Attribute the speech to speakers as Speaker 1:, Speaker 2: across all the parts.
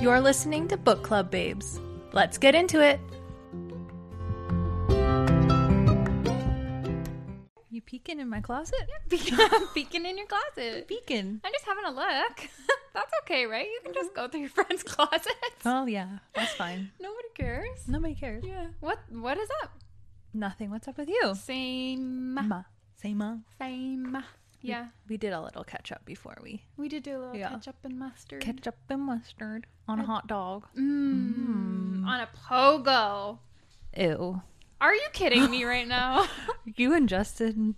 Speaker 1: You're listening to Book Club Babes. Let's get into it.
Speaker 2: You peeking in my closet?
Speaker 3: Beacon in your closet.
Speaker 2: Peeking.
Speaker 3: I'm just having a look. That's okay, right? You can just go through your friend's closets.
Speaker 2: Mm-hmm. Oh yeah, that's fine.
Speaker 3: Nobody cares.
Speaker 2: Nobody cares.
Speaker 3: Yeah. What What is up?
Speaker 2: Nothing. What's up with you?
Speaker 3: Same.
Speaker 2: Ma. Say ma.
Speaker 3: Same. Yeah.
Speaker 2: We did a little catch up before we
Speaker 3: We did do a little
Speaker 2: Yeah.
Speaker 3: ketchup and mustard.
Speaker 2: catch up and mustard on a hot dog.
Speaker 3: Mm. On a pogo.
Speaker 2: Ew.
Speaker 3: Are you kidding me right now?
Speaker 2: You and Justin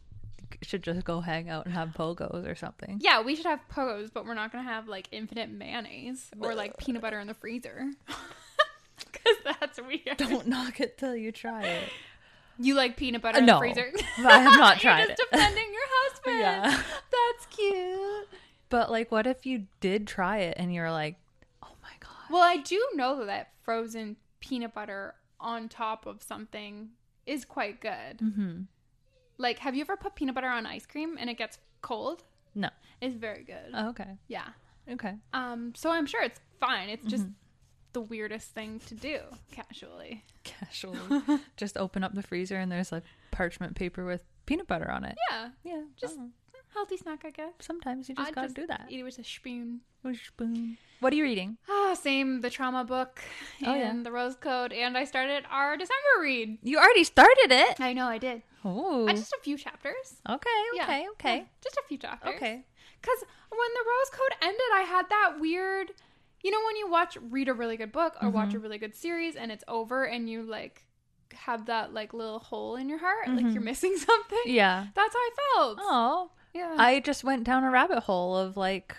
Speaker 2: should just go hang out and have pogos or something.
Speaker 3: yeah, we should have pogos, but we're not going to have like infinite mayonnaise or like peanut butter in the freezer. Because that's weird.
Speaker 2: Don't knock it till you try it.
Speaker 3: You like peanut butter
Speaker 2: Uh,
Speaker 3: in
Speaker 2: no.
Speaker 3: the freezer?
Speaker 2: I have not tried
Speaker 3: You're just
Speaker 2: it.
Speaker 3: defending your husband.
Speaker 2: Yeah.
Speaker 3: That's cute.
Speaker 2: But like, what if you did try it and you're like, oh my god,
Speaker 3: Well, I do know that frozen peanut butter on top of something is quite good.
Speaker 2: Mhm.
Speaker 3: Like, have you ever put peanut butter on ice cream and it gets cold?
Speaker 2: no.
Speaker 3: It's very good.
Speaker 2: Oh, okay.
Speaker 3: yeah.
Speaker 2: Okay.
Speaker 3: Um, so I'm sure it's fine. It's just
Speaker 2: Mm-hmm.
Speaker 3: the weirdest thing to do casually.
Speaker 2: Casually. just open up the freezer and there's like parchment paper with peanut butter on it.
Speaker 3: Yeah.
Speaker 2: Yeah.
Speaker 3: Just
Speaker 2: oh.
Speaker 3: healthy snack, I guess.
Speaker 2: sometimes you just
Speaker 3: I'd
Speaker 2: gotta do that.
Speaker 3: Eat it with a spoon.
Speaker 2: Spoon. What are you reading?
Speaker 3: Ah, same the trauma book and
Speaker 2: Oh, yeah.
Speaker 3: the rose code. And I started our December read.
Speaker 2: You already started it.
Speaker 3: I know I did.
Speaker 2: Oh.
Speaker 3: I just a few chapters.
Speaker 2: okay.
Speaker 3: Yeah,
Speaker 2: Okay.
Speaker 3: yeah,
Speaker 2: Okay.
Speaker 3: just a few chapters.
Speaker 2: Okay.
Speaker 3: Because when the Rose Code ended, I had that weird, you know, when you watch, read a really good book or watch a
Speaker 2: Mm-hmm.
Speaker 3: really good series and it's over and you like have that like little hole in your heart, like you're missing something.
Speaker 2: Mm-hmm. Yeah.
Speaker 3: That's how I felt.
Speaker 2: Oh.
Speaker 3: yeah.
Speaker 2: I just went down a rabbit hole of like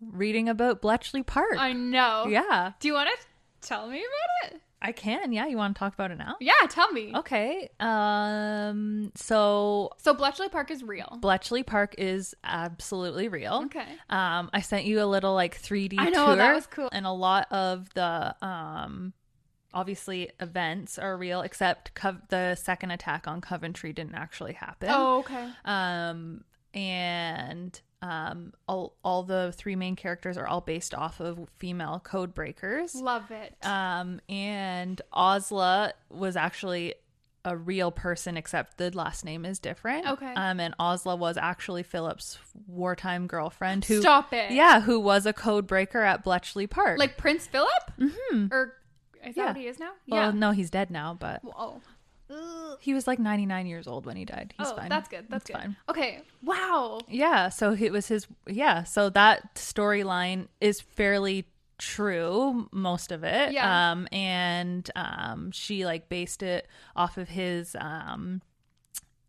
Speaker 2: reading about Bletchley Park.
Speaker 3: I know.
Speaker 2: yeah.
Speaker 3: Do you want to tell me about it?
Speaker 2: I can. Yeah. You want to talk about it now?
Speaker 3: Yeah, tell me.
Speaker 2: Oh. Okay. Um. So
Speaker 3: So Bletchley Park is real.
Speaker 2: Bletchley Park is absolutely real.
Speaker 3: Okay.
Speaker 2: Um, I sent you a little like 3D
Speaker 3: I know,
Speaker 2: tour.
Speaker 3: that was cool.
Speaker 2: And a lot of the um obviously events are real except Cov- the second attack on Coventry didn't actually happen.
Speaker 3: oh, okay.
Speaker 2: Um and um all all the three main characters are all based off of female code breakers.
Speaker 3: Love it.
Speaker 2: Um, and Osla was actually a real person, except the last name is different.
Speaker 3: Okay.
Speaker 2: Um, and Osla was actually Philip's wartime girlfriend who.
Speaker 3: Stop it.
Speaker 2: Yeah, who was a code breaker at Bletchley Park.
Speaker 3: like Prince Philip? Mm-hmm. Or is that
Speaker 2: Yeah.
Speaker 3: what he is now?
Speaker 2: well, no, he's dead now, but
Speaker 3: Oh.
Speaker 2: he was like 99 years old when he died. He's
Speaker 3: oh,
Speaker 2: fine.
Speaker 3: that's good. That's
Speaker 2: It's
Speaker 3: good.
Speaker 2: fine.
Speaker 3: Okay. Wow.
Speaker 2: Yeah, so it was his. Yeah, so that storyline is fairly true, most of it.
Speaker 3: Yeah.
Speaker 2: Um, and um, she like based it off of his um,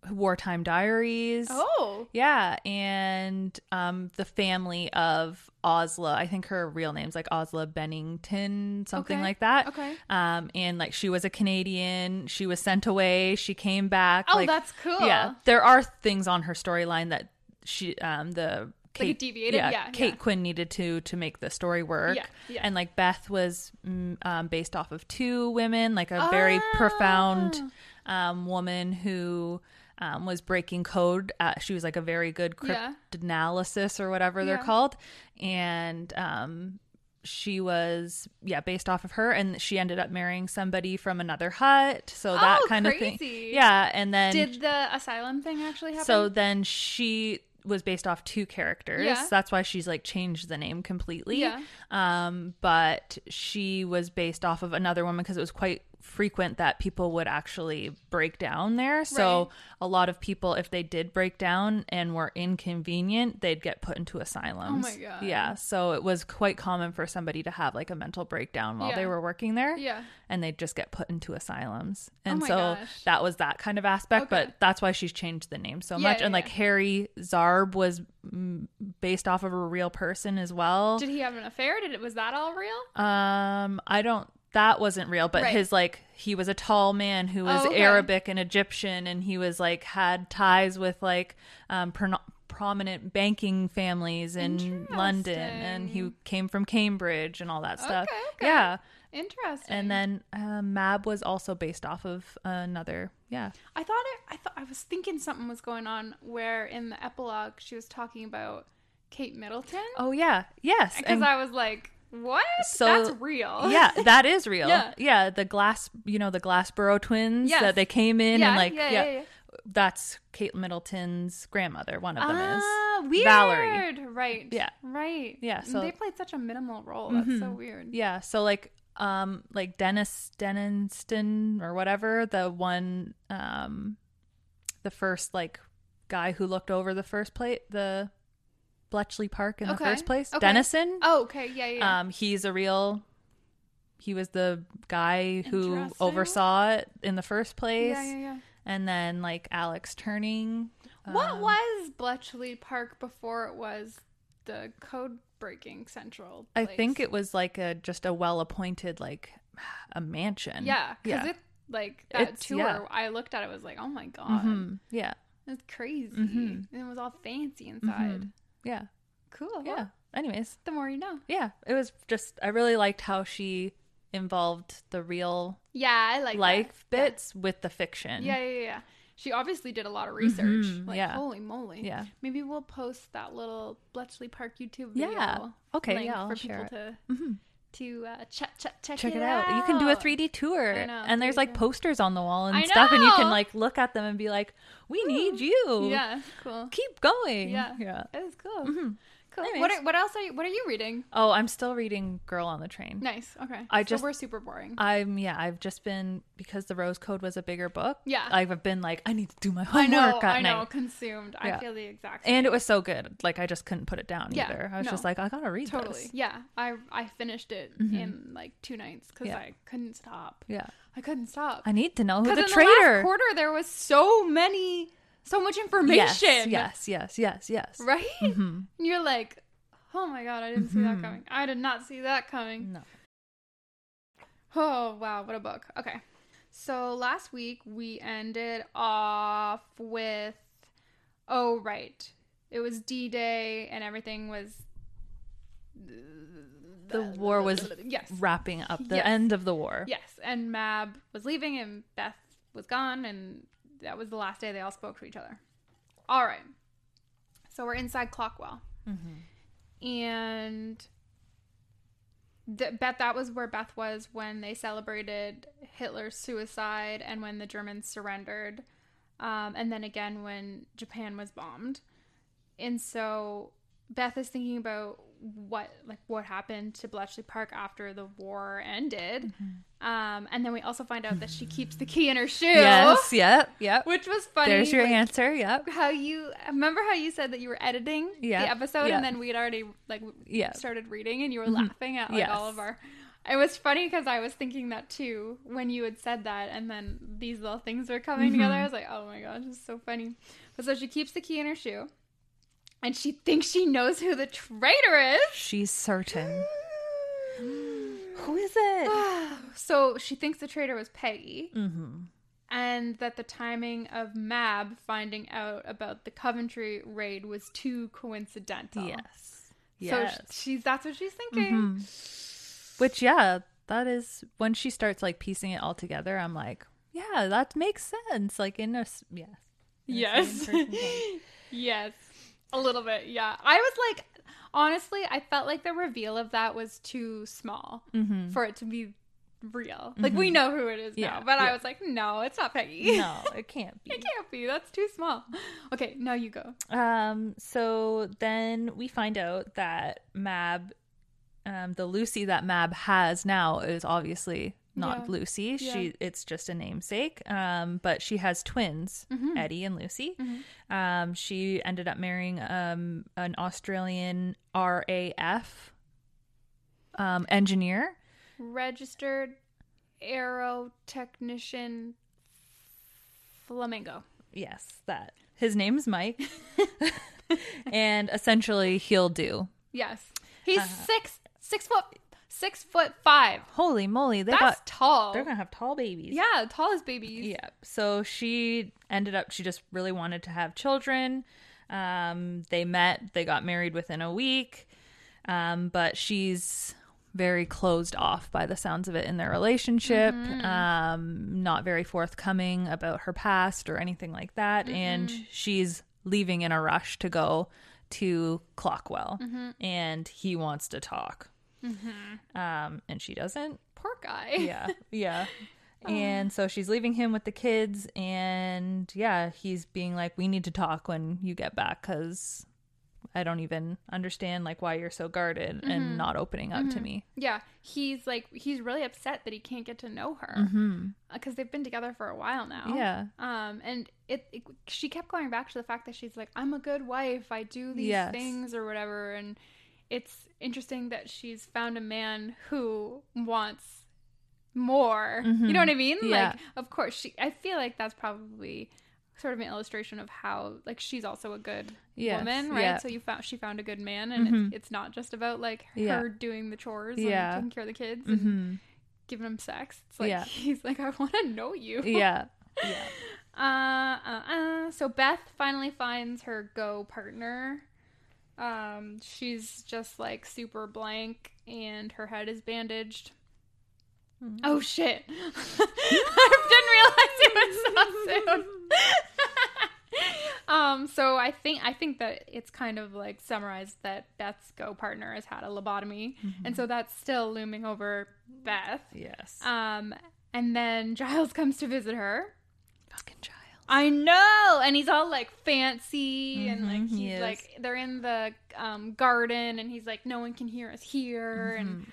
Speaker 2: wartime diaries.
Speaker 3: Oh.
Speaker 2: Yeah, and um, the family of Osla, I think her real name's like Osla Bennington, something
Speaker 3: Okay.
Speaker 2: like that.
Speaker 3: Okay.
Speaker 2: Um, and like she was a Canadian, she was sent away, she came back.
Speaker 3: Oh,
Speaker 2: like-
Speaker 3: that's cool.
Speaker 2: Yeah, there are things on her storyline that she, um, the
Speaker 3: Like it deviated?
Speaker 2: Yeah,
Speaker 3: Yeah,
Speaker 2: Kate
Speaker 3: yeah.
Speaker 2: Quinn needed to to make the story work,
Speaker 3: Yeah, yeah.
Speaker 2: and like Beth was mm, um, based off of two women, like a very
Speaker 3: Ah.
Speaker 2: profound um, woman who um, was breaking code. Uh, she was like a very good
Speaker 3: Yeah.
Speaker 2: cryptanalysis or whatever they're
Speaker 3: Yeah.
Speaker 2: called, and um, she was yeah based off of her, and she ended up marrying somebody from another hut. So that
Speaker 3: Oh,
Speaker 2: kind of thing,
Speaker 3: crazy.
Speaker 2: yeah. And then
Speaker 3: Did the asylum thing actually happen?
Speaker 2: so then she was based off two characters.
Speaker 3: Yeah.
Speaker 2: That's why she's like changed the name completely.
Speaker 3: Yeah.
Speaker 2: Um, but she was based off of another woman because it was quite frequent that people would actually break down there. So a lot of people, if they did break down and were inconvenient, they'd get put into asylums.
Speaker 3: Oh my God.
Speaker 2: Yeah. So it was quite common for somebody to have like a mental breakdown while they
Speaker 3: Yeah.
Speaker 2: were working there.
Speaker 3: Yeah. Oh
Speaker 2: And they'd just get put into asylums. And
Speaker 3: my
Speaker 2: so
Speaker 3: gosh.
Speaker 2: that was that kind of aspect,
Speaker 3: Okay.
Speaker 2: but that's why she's changed the name so
Speaker 3: Yeah,
Speaker 2: much.
Speaker 3: yeah,
Speaker 2: and like
Speaker 3: yeah.
Speaker 2: Harry Zarb was mm, based off of a real person as well.
Speaker 3: did he have an affair? Did it was that all real?
Speaker 2: um, I don't. That wasn't real, but
Speaker 3: Right.
Speaker 2: his like he was a tall man who was
Speaker 3: Oh, okay.
Speaker 2: Arabic and Egyptian, and he was like had ties with like um, prono prominent banking families in London, and he came from Cambridge and all that stuff.
Speaker 3: Okay, okay.
Speaker 2: Yeah,
Speaker 3: Interesting.
Speaker 2: and then uh, Mab was also based off of another. Yeah,
Speaker 3: I thought it, I thought I was thinking something was going on where in the epilogue she was talking about Kate Middleton.
Speaker 2: Oh yeah, yes.
Speaker 3: because
Speaker 2: and-
Speaker 3: I was like, what?
Speaker 2: So-
Speaker 3: That's real.
Speaker 2: yeah, that is real.
Speaker 3: Yeah.
Speaker 2: yeah. the glass, you know, the Glassboro twins
Speaker 3: Yes.
Speaker 2: that they came in
Speaker 3: Yeah,
Speaker 2: and like,
Speaker 3: yeah,
Speaker 2: yeah,
Speaker 3: yeah, yeah.
Speaker 2: that's Kate Middleton's grandmother. One of them
Speaker 3: Ah,
Speaker 2: is
Speaker 3: weird.
Speaker 2: Valerie.
Speaker 3: Right.
Speaker 2: Yeah.
Speaker 3: Right.
Speaker 2: Yeah,
Speaker 3: And
Speaker 2: so- Mm-hmm.
Speaker 3: they played such a minimal role. That's so weird.
Speaker 2: Yeah, so like, um, like Dennis Denniston or whatever, the one, um, the first like guy who looked over the first plate, the Bletchley Park in
Speaker 3: Okay,
Speaker 2: the first place,
Speaker 3: okay.
Speaker 2: Dennison.
Speaker 3: Oh, okay. Yeah. Yeah. yeah.
Speaker 2: Um, he's a real. He was the guy who
Speaker 3: Interesting.
Speaker 2: oversaw it in the first place,
Speaker 3: yeah. Yeah. Yeah.
Speaker 2: and then like Alex Turning.
Speaker 3: What
Speaker 2: um,
Speaker 3: was Bletchley Park before it was the code breaking central?
Speaker 2: I
Speaker 3: place?
Speaker 2: think it was like a just a well-appointed like a mansion.
Speaker 3: Yeah, because
Speaker 2: yeah,
Speaker 3: it like that
Speaker 2: It's-
Speaker 3: tour.
Speaker 2: yeah.
Speaker 3: I looked at it was like, oh my god,
Speaker 2: Mhm. yeah,
Speaker 3: that's crazy.
Speaker 2: Mhm.
Speaker 3: And it was all fancy
Speaker 2: Mm-hmm.
Speaker 3: inside.
Speaker 2: yeah,
Speaker 3: Cool.
Speaker 2: yeah. Anyways,
Speaker 3: The more you know.
Speaker 2: yeah, it was just I really liked how she involved the real
Speaker 3: Yeah, I like that.
Speaker 2: life bits with the fiction.
Speaker 3: Yeah, yeah, yeah. yeah. She obviously did a lot of research.
Speaker 2: Mhm,
Speaker 3: Like,
Speaker 2: yeah.
Speaker 3: holy moly.
Speaker 2: Yeah.
Speaker 3: Maybe we'll post that little Bletchley Park YouTube
Speaker 2: Yeah.
Speaker 3: video.
Speaker 2: Okay,
Speaker 3: link
Speaker 2: yeah, I'll
Speaker 3: for
Speaker 2: share Mm-hmm.
Speaker 3: people to to uh, check check check,
Speaker 2: check it out. You can do a 3D tour,
Speaker 3: I know,
Speaker 2: and there's like
Speaker 3: 3D.
Speaker 2: posters on the wall and
Speaker 3: I
Speaker 2: stuff, and you
Speaker 3: know.
Speaker 2: can like look at them and be like, "We need you.
Speaker 3: Yeah, cool.
Speaker 2: keep going.
Speaker 3: Yeah, Mm-hmm.
Speaker 2: yeah.
Speaker 3: It was cool. Cool.
Speaker 2: Anyways.
Speaker 3: What are, what else are you What are you reading?
Speaker 2: Oh, I'm still reading Girl on the Train.
Speaker 3: Nice. Okay.
Speaker 2: I
Speaker 3: so
Speaker 2: just-
Speaker 3: we're super boring.
Speaker 2: I'm yeah. I've just been because the Rose Code was a bigger book.
Speaker 3: Yeah.
Speaker 2: I've been like, I need to do my
Speaker 3: I
Speaker 2: homework
Speaker 3: know.
Speaker 2: at
Speaker 3: I know.
Speaker 2: night.
Speaker 3: Consumed. I
Speaker 2: Yeah.
Speaker 3: feel the exact. Same.
Speaker 2: And it was so good. Like I just couldn't put it down
Speaker 3: Yeah,
Speaker 2: either. I was
Speaker 3: no.
Speaker 2: just like, I gotta read
Speaker 3: totally.
Speaker 2: this.
Speaker 3: Yeah. I I finished it in like two nights because
Speaker 2: Yeah.
Speaker 3: I couldn't stop.
Speaker 2: Yeah.
Speaker 3: I couldn't stop.
Speaker 2: I need to know who
Speaker 3: Because
Speaker 2: the
Speaker 3: in the
Speaker 2: traitor.
Speaker 3: last quarter, there was so many, so much information.
Speaker 2: yes, yes, yes, yes, yes.
Speaker 3: Right? And you're like, oh my god, I didn't see that coming. I did not see that coming.
Speaker 2: No.
Speaker 3: Oh wow, what a book. Okay. So last week we ended off with oh right. It was D Day and everything was
Speaker 2: The war was
Speaker 3: yes.
Speaker 2: wrapping up the
Speaker 3: Yes.
Speaker 2: end of the war.
Speaker 3: Yes, and Mab was leaving and Beth was gone, and that was the last day they all spoke to each other. All right. So we're inside Clockwell. And th- Beth, that was where Beth was when they celebrated Hitler's suicide and when the Germans surrendered. Um, and then again when Japan was bombed. And so Beth is thinking about what like what happened to Bletchley Park after the war ended.
Speaker 2: Mm-hmm.
Speaker 3: Um, and then we also find out that she keeps the key in her shoe.
Speaker 2: Yes, yep, yep.
Speaker 3: Which was funny.
Speaker 2: There's your
Speaker 3: like,
Speaker 2: answer. Yep.
Speaker 3: How you remember how you said that you were editing
Speaker 2: Yeah,
Speaker 3: the episode
Speaker 2: yeah.
Speaker 3: and then we had already like
Speaker 2: Yeah. Mm-hmm.
Speaker 3: started reading and you were laughing at like all
Speaker 2: Yes.
Speaker 3: of our it was funny because I was thinking that too when you had said that, and then these little things were coming
Speaker 2: Mm-hmm.
Speaker 3: together. I was like, oh my gosh, it's so funny. But so she keeps the key in her shoe, and she thinks she knows who the traitor is.
Speaker 2: She's certain. who is it? Mm-hmm.
Speaker 3: So she thinks the traitor was Peggy. and that the timing of Mab finding out about the Coventry raid was too coincidental.
Speaker 2: Yes.
Speaker 3: So sh- she's that's what she's thinking.
Speaker 2: Which, yeah, that is when she starts like piecing it all together. I'm like, yeah, that makes sense. Like in a s- yes,
Speaker 3: Yes. yes. A little bit, yeah. I was like, honestly, I felt like the reveal of that was too small for it to be real. Like, we know who it is
Speaker 2: Yeah,
Speaker 3: now, but I
Speaker 2: yeah.
Speaker 3: was like, Mm-hmm. no, it's not Peggy.
Speaker 2: no, it can't be.
Speaker 3: it can't be. That's too small. Okay, now you go.
Speaker 2: Um, so then we find out that Mab, um, the Lucy that Mab has now is obviously not
Speaker 3: Yeah.
Speaker 2: Lucy.
Speaker 3: Yeah.
Speaker 2: She it's just a namesake. Um, but she has twins,
Speaker 3: Mm-hmm.
Speaker 2: Eddie and Lucy. Um, she ended up marrying um an Australian RAF um engineer.
Speaker 3: Registered aero technician flamingo.
Speaker 2: Yes, that his name's Mike. and essentially he'll do.
Speaker 3: Yes. He's six, six foot, six foot five.
Speaker 2: Holy moly, they
Speaker 3: That's
Speaker 2: got
Speaker 3: tall.
Speaker 2: they're gonna have tall babies.
Speaker 3: yeah, tall as babies.
Speaker 2: Yeah. So she ended up, she just really wanted to have children. Um, they met, they got married within a week. Um, but she's very closed off by the sounds of it in their relationship, um, not very forthcoming about her past or anything like that. And she's leaving in a rush to go to Clockwell. And he wants to talk. Um, and she doesn't
Speaker 3: Poor guy.
Speaker 2: yeah yeah
Speaker 3: Um,
Speaker 2: and so she's leaving him with the kids and yeah he's being like we need to talk when you get back because i don't even understand like why you're so guarded
Speaker 3: Mm-hmm.
Speaker 2: and not opening up to me
Speaker 3: Yeah, he's like he's really upset that he can't get to know her because they've been together for a while now.
Speaker 2: Mm-hmm. Yeah.
Speaker 3: Um, and it, it she kept going back to the fact that she's like, I'm a good wife. I do these
Speaker 2: Yes.
Speaker 3: things or whatever. And it's interesting that she's found a man who wants more. You know what I mean?
Speaker 2: Mm-hmm. Yeah.
Speaker 3: Like, of course, she. I feel like that's probably sort of an illustration of how like she's also a good
Speaker 2: Yes,
Speaker 3: woman, right?
Speaker 2: yeah. Mm-hmm.
Speaker 3: So you found she found a good man, and it's, it's not just about like her
Speaker 2: Yeah.
Speaker 3: doing the chores
Speaker 2: Yeah. Mm-hmm.
Speaker 3: and taking care of the kids and giving them sex. It's like
Speaker 2: Yeah.
Speaker 3: he's like, I want to know you.
Speaker 2: yeah
Speaker 3: Uh, uh, uh. So Beth finally finds her go partner. Um, she's just like super blank, and her head is bandaged. Oh shit! I didn't realize it was so soon. um, so I think I think that it's kind of like summarized that Beth's go partner has had a lobotomy, and so that's still looming over Beth.
Speaker 2: yes
Speaker 3: Um, and then Giles comes to visit her.
Speaker 2: fucking child
Speaker 3: I know, and he's all like fancy and like he's
Speaker 2: Mm-hmm, he is.
Speaker 3: like they're in the um, garden, and he's like, no one can hear us here,
Speaker 2: Mm-hmm.
Speaker 3: and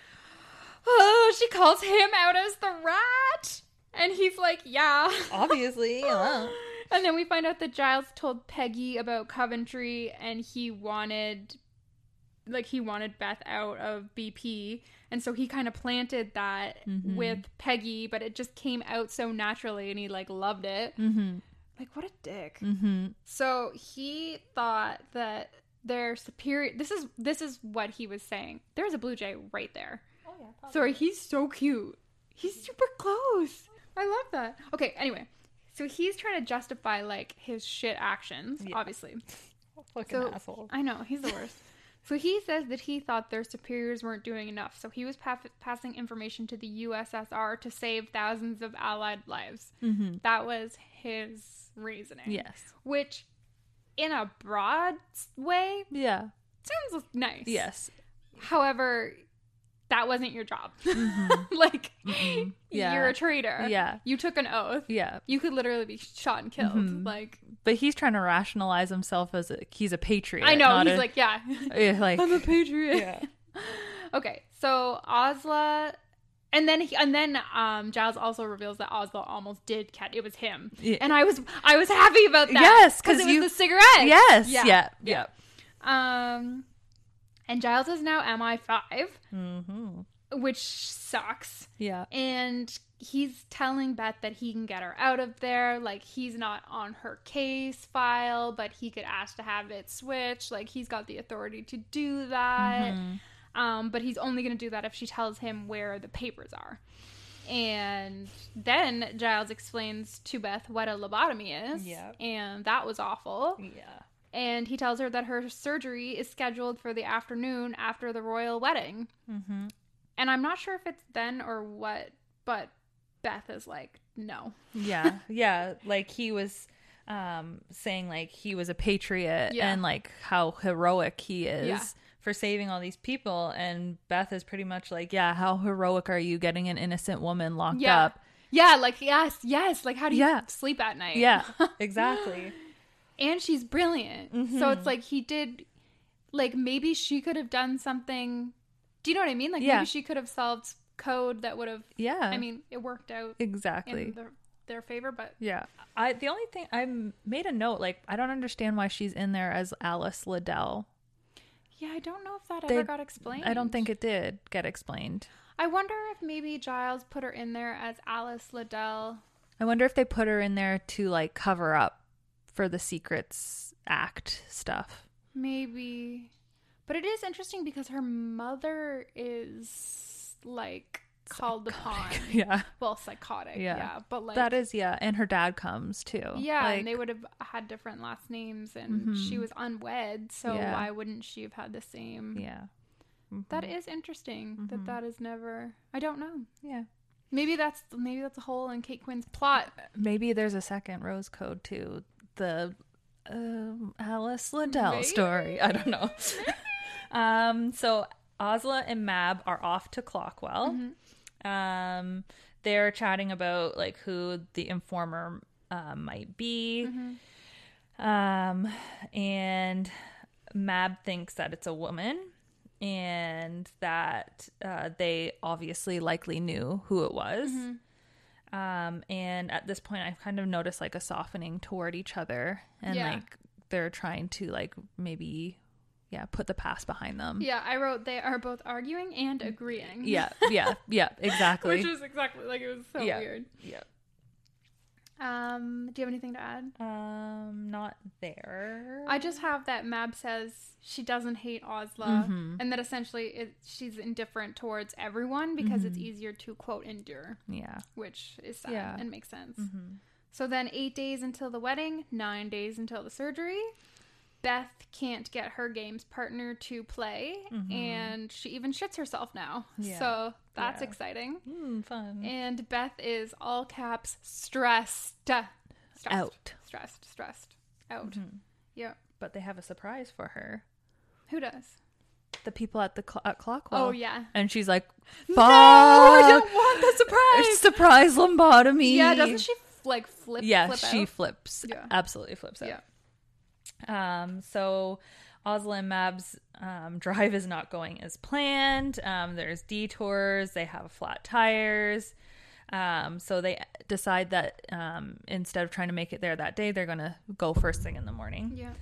Speaker 3: oh, she calls him out as the rat, and he's like, yeah.
Speaker 2: obviously yeah.
Speaker 3: and then we find out that Giles told Peggy about Coventry, and he wanted, like, he wanted Beth out of BP, and so he kind of planted that
Speaker 2: Mm-hmm.
Speaker 3: with Peggy, but it just came out so naturally, and he like loved it.
Speaker 2: mm-hmm
Speaker 3: Like, what a dick.
Speaker 2: mm-hmm
Speaker 3: So he thought that their superior. This is this is what he was saying. There's a blue jay right there. Oh yeah. Sorry, he's so cute. He's super close. I love that. Okay. Anyway, so he's trying to justify like his shit actions. Obviously,
Speaker 2: fucking
Speaker 3: so
Speaker 2: asshole
Speaker 3: I know he's the worst. so he says that he thought their superiors weren't doing enough, so he was pa- passing information to the USSR to save thousands of Allied lives. That was his reasoning
Speaker 2: yes
Speaker 3: which in a broad s- way
Speaker 2: yeah
Speaker 3: sounds nice.
Speaker 2: yes
Speaker 3: However, that wasn't your job. like
Speaker 2: Mm-hmm. Yeah.
Speaker 3: you're a traitor.
Speaker 2: Yeah.
Speaker 3: You took an oath.
Speaker 2: yeah
Speaker 3: You could literally be shot and killed.
Speaker 2: Mm-hmm.
Speaker 3: Like
Speaker 2: but he's trying to rationalize himself as a, he's a patriot
Speaker 3: I know
Speaker 2: not
Speaker 3: he's
Speaker 2: a-
Speaker 3: like, yeah.
Speaker 2: yeah, like
Speaker 3: I'm a patriot.
Speaker 2: yeah
Speaker 3: Okay. So Ozla and then he, and then um Giles also reveals that Ozla almost did catch it was him.
Speaker 2: Yeah.
Speaker 3: And I was I was happy about that.
Speaker 2: Yes, 'cause
Speaker 3: cuz it was
Speaker 2: you-
Speaker 3: the cigarette.
Speaker 2: yes yeah yeah, yeah.
Speaker 3: Um, and Giles is now MI5,
Speaker 2: Mm-hmm.
Speaker 3: which sucks.
Speaker 2: Yeah.
Speaker 3: And he's telling Beth that he can get her out of there. Like, he's not on her case file, but he could ask to have it switched. Like, he's got the authority to do that. Um, but he's only going to do that if she tells him where the papers are. And then Giles explains to Beth what a lobotomy is.
Speaker 2: Yep.
Speaker 3: And that was awful.
Speaker 2: Yeah.
Speaker 3: And he tells her that her surgery is scheduled for the afternoon after the royal wedding.
Speaker 2: Mm-hmm.
Speaker 3: And I'm not sure if it's then or what, but Beth is like, no.
Speaker 2: Yeah. Yeah. Like he was um saying like he was a patriot
Speaker 3: Yeah.
Speaker 2: and like how heroic he is
Speaker 3: Yeah.
Speaker 2: for saving all these people and Beth is pretty much like, Yeah, how heroic are you getting an innocent woman locked
Speaker 3: Yeah.
Speaker 2: up?
Speaker 3: Yeah, like, yes, yes. Like, how do you
Speaker 2: Yeah.
Speaker 3: sleep at night?
Speaker 2: Yeah. Exactly.
Speaker 3: and she's brilliant. So
Speaker 2: Mm-hmm.
Speaker 3: it's like he did, like maybe she could have done something. Do you know what I mean? Like
Speaker 2: Yeah.
Speaker 3: maybe she could have solved code that would have.
Speaker 2: Yeah.
Speaker 3: I mean, it worked out
Speaker 2: Exactly.
Speaker 3: in their, their favor, but
Speaker 2: Yeah. I the only thing I made a note like I don't understand why she's in there as Alice Liddell.
Speaker 3: yeah, I don't know if that
Speaker 2: They-
Speaker 3: ever got explained.
Speaker 2: I don't think it did get explained.
Speaker 3: I wonder if maybe Giles put her in there as Alice Liddell.
Speaker 2: I wonder if they put her in there to like cover up for the Secrets Act stuff.
Speaker 3: Maybe, but it is interesting because her mother is like called upon.
Speaker 2: Yeah.
Speaker 3: Well, psychotic.
Speaker 2: Yeah.
Speaker 3: Yeah, but like
Speaker 2: that is yeah, and her dad comes too.
Speaker 3: Yeah,
Speaker 2: like, Mm-hmm.
Speaker 3: and they would have had different last names, and she was unwed, so
Speaker 2: Yeah.
Speaker 3: why wouldn't she have had the same?
Speaker 2: Yeah,
Speaker 3: That is interesting
Speaker 2: Mm-hmm.
Speaker 3: that that is never. I don't know.
Speaker 2: yeah.
Speaker 3: Maybe that's maybe that's a hole in Kate Quinn's plot.
Speaker 2: Maybe there's a second Rose Code too. The um, Alice Liddell
Speaker 3: Maybe.
Speaker 2: story. I don't know. um. So Ozla and Mab are off to Clockwell.
Speaker 3: Mm-hmm.
Speaker 2: Um. They're chatting about like who the informer uh, might be.
Speaker 3: Mm-hmm.
Speaker 2: Um, and Mab thinks that it's a woman and that uh, they obviously likely knew who it was.
Speaker 3: Mm-hmm.
Speaker 2: Um, and at this point, I've kind of noticed like a softening toward each other and
Speaker 3: Yeah.
Speaker 2: like they're trying to like maybe, yeah, put the past behind them.
Speaker 3: Yeah, I wrote they are both arguing and agreeing.
Speaker 2: Yeah, yeah, yeah, exactly.
Speaker 3: which was exactly like it was so
Speaker 2: Yeah.
Speaker 3: weird.
Speaker 2: yeah.
Speaker 3: Um, do you have anything to add?
Speaker 2: Um, not there.
Speaker 3: I just have that Mab says she doesn't hate Ozla,
Speaker 2: Mm-hmm.
Speaker 3: and that essentially it, she's indifferent towards everyone because it's easier to quote endure.
Speaker 2: yeah.
Speaker 3: which is sad
Speaker 2: Mm-hmm. Yeah. Mm-hmm.
Speaker 3: and makes sense. So then, eight days until the wedding, nine days until the surgery. Beth can't get her games partner to play, and she even shits herself now.
Speaker 2: Mm-hmm. Yeah.
Speaker 3: So that's
Speaker 2: Yeah.
Speaker 3: exciting.
Speaker 2: Mm, fun.
Speaker 3: And Beth is all caps stressed. Stressed.
Speaker 2: Out. Mm-hmm.
Speaker 3: Stressed. Stressed. Out. Yep.
Speaker 2: but they have a surprise for her.
Speaker 3: Who does?
Speaker 2: the people at the cl- at Clockwell.
Speaker 3: Oh, yeah.
Speaker 2: and she's like, "Fuck,
Speaker 3: I don't want the surprise.
Speaker 2: surprise lobotomy."
Speaker 3: Yeah, doesn't she like flip?
Speaker 2: Yeah,
Speaker 3: flip
Speaker 2: she
Speaker 3: out?
Speaker 2: flips.
Speaker 3: Yeah.
Speaker 2: absolutely flips out.
Speaker 3: Yeah.
Speaker 2: Um, so Ozla and Mab's um, drive is not going as planned. Um, there's detours. They have flat tires. Um, so they decide that um, instead of trying to make it there that day, they're going to go first thing in the morning.
Speaker 3: Yeah.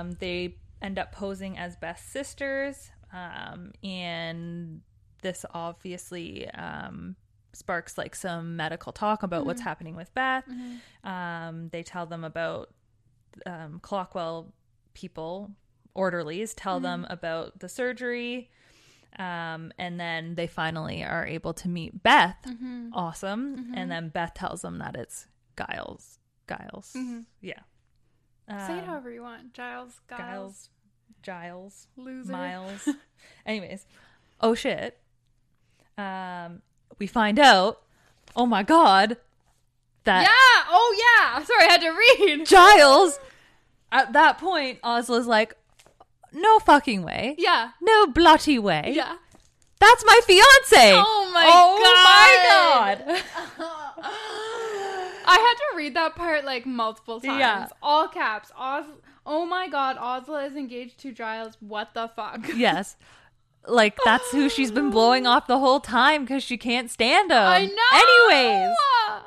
Speaker 2: Um, they end up posing as best sisters, um, and this obviously um, sparks like some medical talk about what's happening with Beth. Um, they tell them about um, Clockwell people, orderlies, tell them about the surgery. Um, and then they finally are able to meet Beth. Awesome. And then Beth tells them that it's Giles. Giles. Yeah. Um,
Speaker 3: Say it however you want. Giles. Giles.
Speaker 2: Giles, Giles,
Speaker 3: Loser.
Speaker 2: Miles. Anyways, oh shit. Um, we find out. Oh my god, that
Speaker 3: Yeah. Oh, yeah. Sorry, I had to read.
Speaker 2: Giles. At that point, Ozla's like, "No fucking way.
Speaker 3: Yeah.
Speaker 2: No bloody way.
Speaker 3: Yeah.
Speaker 2: That's my fiance.
Speaker 3: Oh my
Speaker 2: Oh my god.
Speaker 3: I had to read that part like multiple times.
Speaker 2: Yeah.
Speaker 3: All caps. Oz. Oh my God. Ozla is engaged to Giles. What the fuck?
Speaker 2: yes." Like that's who she's been blowing off the whole time because she can't stand him.
Speaker 3: I know.
Speaker 2: Anyways,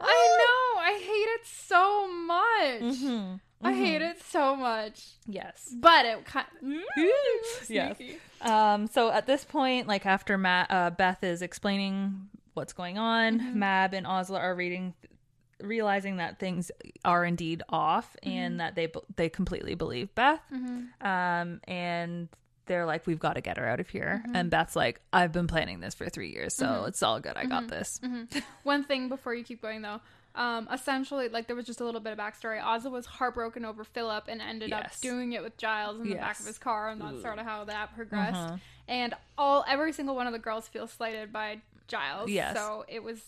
Speaker 3: I know. I hate it so much.
Speaker 2: Mm-hmm.
Speaker 3: I hate it so much.
Speaker 2: yes.
Speaker 3: But it kind.
Speaker 2: Mm-hmm. yes.
Speaker 3: Sneaky.
Speaker 2: Um, so at this point, like after Ma- uh, Beth is explaining what's going on, Mab and Ozla are reading, realizing that things are indeed off, and that they b- they completely believe Beth. Um, and they're like, we've got to get her out of here. And Beth's like, I've been planning this for three years, so it's all good. I got this.
Speaker 3: One thing before you keep going though. Um, essentially, like there was just a little bit of backstory. Ozza was heartbroken over Philip and ended
Speaker 2: Yes.
Speaker 3: up doing it with Giles in the back of
Speaker 2: Yes. Uh-huh.
Speaker 3: his car, and that's sort of how that progressed. And all every single one of the girls feels slighted by Giles.
Speaker 2: Yes.
Speaker 3: So it was.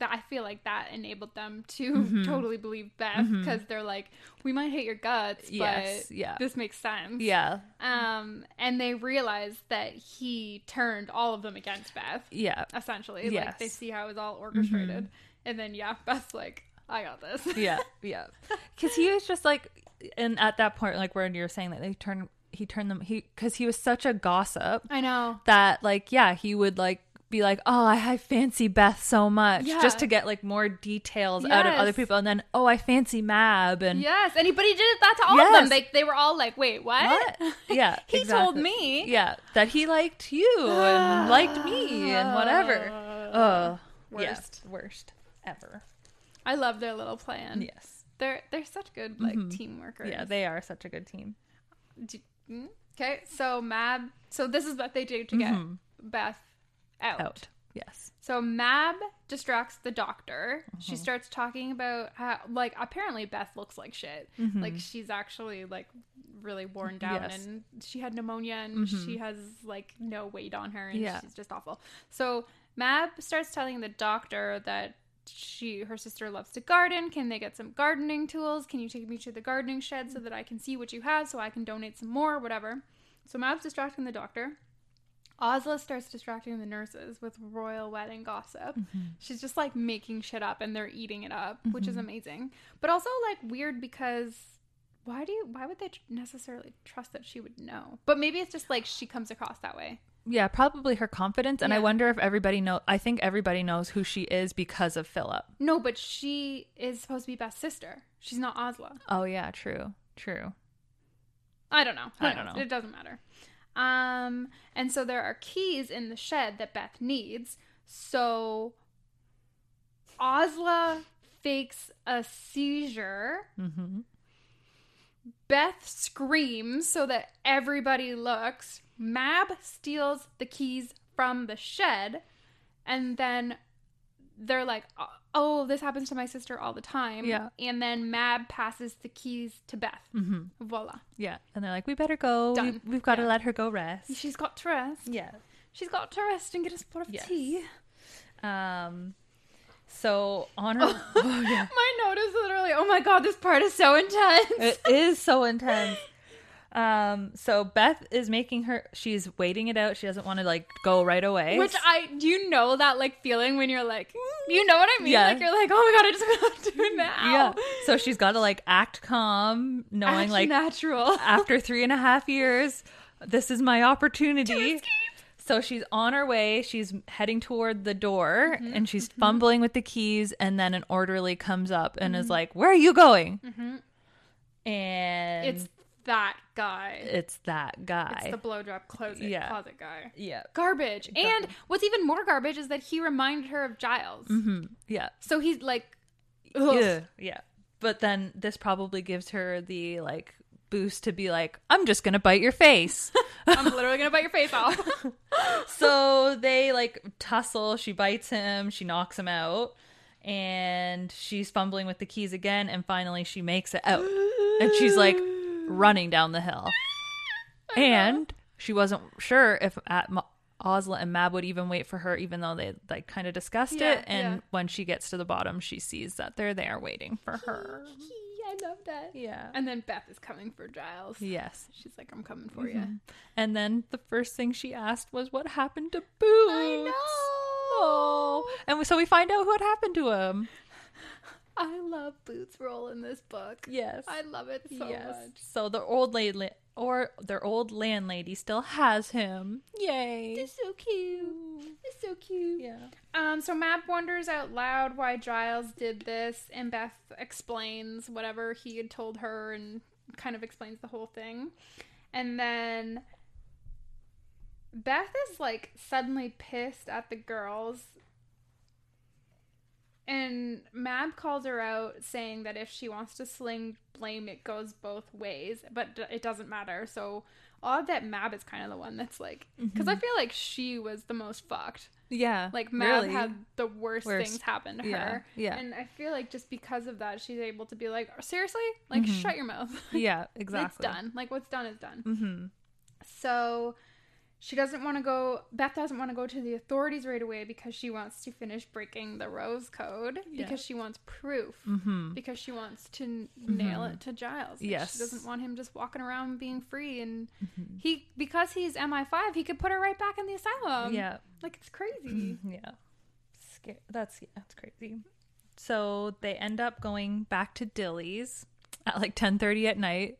Speaker 3: That I feel like that enabled them to
Speaker 2: Mm-hmm.
Speaker 3: totally believe Beth because they're like, we might hate your guts,
Speaker 2: Yes,
Speaker 3: but
Speaker 2: yeah.
Speaker 3: this makes sense.
Speaker 2: Yeah.
Speaker 3: Um, and they realize that he turned all of them against Beth
Speaker 2: Yeah.
Speaker 3: essentially. Like they
Speaker 2: Yes. Mm-hmm.
Speaker 3: see how it was all orchestrated. And then yeah, Beth's like, I got this.
Speaker 2: Yeah. Yeah. Because he was just like, and at that point, like where you're saying that they turn, he turned them, he, because he was such a gossip.
Speaker 3: I know.
Speaker 2: that like yeah he would like be like oh i, I fancy beth so much
Speaker 3: Yeah.
Speaker 2: just to get like more details out of other
Speaker 3: Yes.
Speaker 2: people and then oh i fancy mab and
Speaker 3: Yes. And he, but he did that to all
Speaker 2: Yes.
Speaker 3: of them. They they were all like, Wait, what?
Speaker 2: What? yeah
Speaker 3: He told me.
Speaker 2: yeah that he liked you and liked me and whatever oh worst worst ever
Speaker 3: I love their little plan.
Speaker 2: yes
Speaker 3: They're they're such good like team workers.
Speaker 2: Mm-hmm. yeah they are such a good team
Speaker 3: Okay, so Mab so this is what they do to get Beth out.
Speaker 2: Mm-hmm. out yes
Speaker 3: So Mab distracts the doctor.
Speaker 2: Mm-hmm.
Speaker 3: She starts talking about how, like, apparently Beth looks like shit. Like she's actually like really worn down,
Speaker 2: Mm-hmm. Yes.
Speaker 3: and she had pneumonia, and she has like no weight on her, and
Speaker 2: Yeah.
Speaker 3: she's just awful. So Mab starts telling the doctor that she her sister loves to garden. Can they get some gardening tools? Can you take me to the gardening shed so that I can see what you have, so I can donate some more, whatever. So Mab's distracting the doctor. Ozla starts distracting the nurses with royal wedding gossip. She's just like making shit up and they're eating it up, which is amazing. But also like weird because why do you why would they tr- necessarily trust that she would know? But maybe it's just like she comes across that way.
Speaker 2: yeah probably her confidence and i
Speaker 3: Yeah.
Speaker 2: wonder if everybody know i think everybody knows who she is because of philip
Speaker 3: No, but she is supposed to be best sister. She's not Ozla.
Speaker 2: oh yeah true true
Speaker 3: I don't know. Who
Speaker 2: I don't
Speaker 3: knows?
Speaker 2: know.
Speaker 3: It doesn't matter. Um, and so there are keys in the shed that Beth needs. So Ozla fakes a seizure.
Speaker 2: mm-hmm
Speaker 3: Beth screams so that everybody looks. Mab steals the keys from the shed. And then they're like, oh, this happens to my sister all the time.
Speaker 2: Yeah.
Speaker 3: And then Mab passes the keys to Beth.
Speaker 2: mm-hmm
Speaker 3: Voila.
Speaker 2: Yeah, and they're like, we better go.
Speaker 3: Done.
Speaker 2: We, have got
Speaker 3: Yeah.
Speaker 2: to let her go rest.
Speaker 3: She's got to rest.
Speaker 2: Yeah.
Speaker 3: She's got to rest and get a spot of
Speaker 2: Yes.
Speaker 3: tea.
Speaker 2: Um. So on her, Oh, yeah.
Speaker 3: My note is literally, oh my god, this part is so intense.
Speaker 2: it is so intense. Um. So Beth is making her. She's waiting it out. She doesn't want to like go right away.
Speaker 3: Which I, you know that like feeling when you're like, you know what I mean?
Speaker 2: Yeah.
Speaker 3: Like you're like, oh my god, I just gotta do it now.
Speaker 2: yeah. So she's got to like act calm, knowing
Speaker 3: Act
Speaker 2: like
Speaker 3: natural.
Speaker 2: after three and a half years, this is my opportunity. So she's on her way. She's heading toward the door
Speaker 3: Mm-hmm,
Speaker 2: and she's fumbling with the keys. And then an orderly comes up and
Speaker 3: Mm-hmm.
Speaker 2: is like, Where are you going? And
Speaker 3: It's that guy.
Speaker 2: it's that guy.
Speaker 3: It's the blow drop closet
Speaker 2: Yeah.
Speaker 3: closet guy.
Speaker 2: yeah.
Speaker 3: Garbage. And what's even more garbage is that he reminded her of Giles.
Speaker 2: Yeah.
Speaker 3: So he's like, ugh.
Speaker 2: Mm-hmm. Yeah. Yeah. But then this probably gives her the like boost to be like, I'm just going to bite your face.
Speaker 3: I'm literally gonna bite your face off.
Speaker 2: so they like tussle she bites him she knocks him out and she's fumbling with the keys again and finally she makes it out and she's like running down the hill and she wasn't sure if at Ma- Ozla and Mab would even wait for her, even though they like kind of discussed
Speaker 3: Yeah,
Speaker 2: it. And
Speaker 3: yeah.
Speaker 2: when she gets to the bottom, she sees that they're there waiting for her.
Speaker 3: I love that.
Speaker 2: Yeah.
Speaker 3: And then Beth is coming for Giles.
Speaker 2: Yes.
Speaker 3: She's like, I'm coming for
Speaker 2: Mm-hmm.
Speaker 3: you.
Speaker 2: And then the first thing she asked was, "What happened to Boots?"
Speaker 3: know.
Speaker 2: Oh, and we- so we find out what happened to him.
Speaker 3: I love Boots' role in this book.
Speaker 2: Yes,
Speaker 3: I love it so much.
Speaker 2: So the old lady, or their old landlady, still has him. Yay!
Speaker 3: so cute. It's so cute.
Speaker 2: Yeah.
Speaker 3: Um, so Mab wonders out loud why Giles did this, and Beth explains whatever he had told her and kind of explains the whole thing. And then Beth is like suddenly pissed at the girls. And Mab calls her out saying that if she wants to sling blame, it goes both ways, but d- it doesn't matter. So Odette Mab is kind of the one that's like, because
Speaker 2: Mm-hmm.
Speaker 3: I feel like she was the most fucked.
Speaker 2: Yeah.
Speaker 3: Like Mab
Speaker 2: really.
Speaker 3: had the worst,
Speaker 2: Worst.
Speaker 3: things happen to
Speaker 2: Yeah,
Speaker 3: her.
Speaker 2: yeah.
Speaker 3: And I feel like just because of that, she's able to be like, seriously, like
Speaker 2: Mm-hmm.
Speaker 3: shut your mouth.
Speaker 2: Yeah, exactly.
Speaker 3: It's done. Like what's done is done.
Speaker 2: Mm-hmm.
Speaker 3: So she doesn't want to go. Beth doesn't want to go to the authorities right away because she wants to finish breaking the Rose Code because she wants proof
Speaker 2: Mm-hmm.
Speaker 3: because she wants to n nail it to Giles. Like,
Speaker 2: Yes. Mm-hmm.
Speaker 3: she doesn't want him just walking around being free and he because he's MI5 he could put her right back in the asylum.
Speaker 2: yeah. Mm-hmm.
Speaker 3: like it's crazy.
Speaker 2: Yeah. Scare- that's yeah, that's crazy. So they end up going back to Dilly's at like 10:30 at night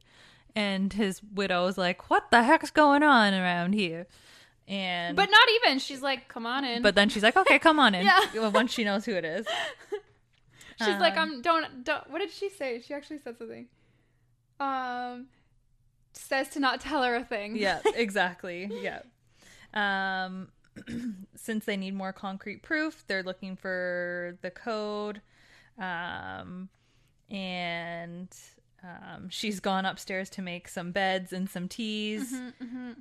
Speaker 2: and his widow's like, "What the heck's going on around here?" And
Speaker 3: but not even. She's like, come on in.
Speaker 2: but then she's like, "Okay, come on in."
Speaker 3: Yeah.
Speaker 2: Well, Once she knows who it is.
Speaker 3: she's like, I'm don't don't. What did she say? She actually said something. Um, says to not tell her a thing.
Speaker 2: Yeah, exactly. Yeah. Um since they need more concrete proof, they're looking for the code. Um and um she's gone upstairs to make some beds and some teas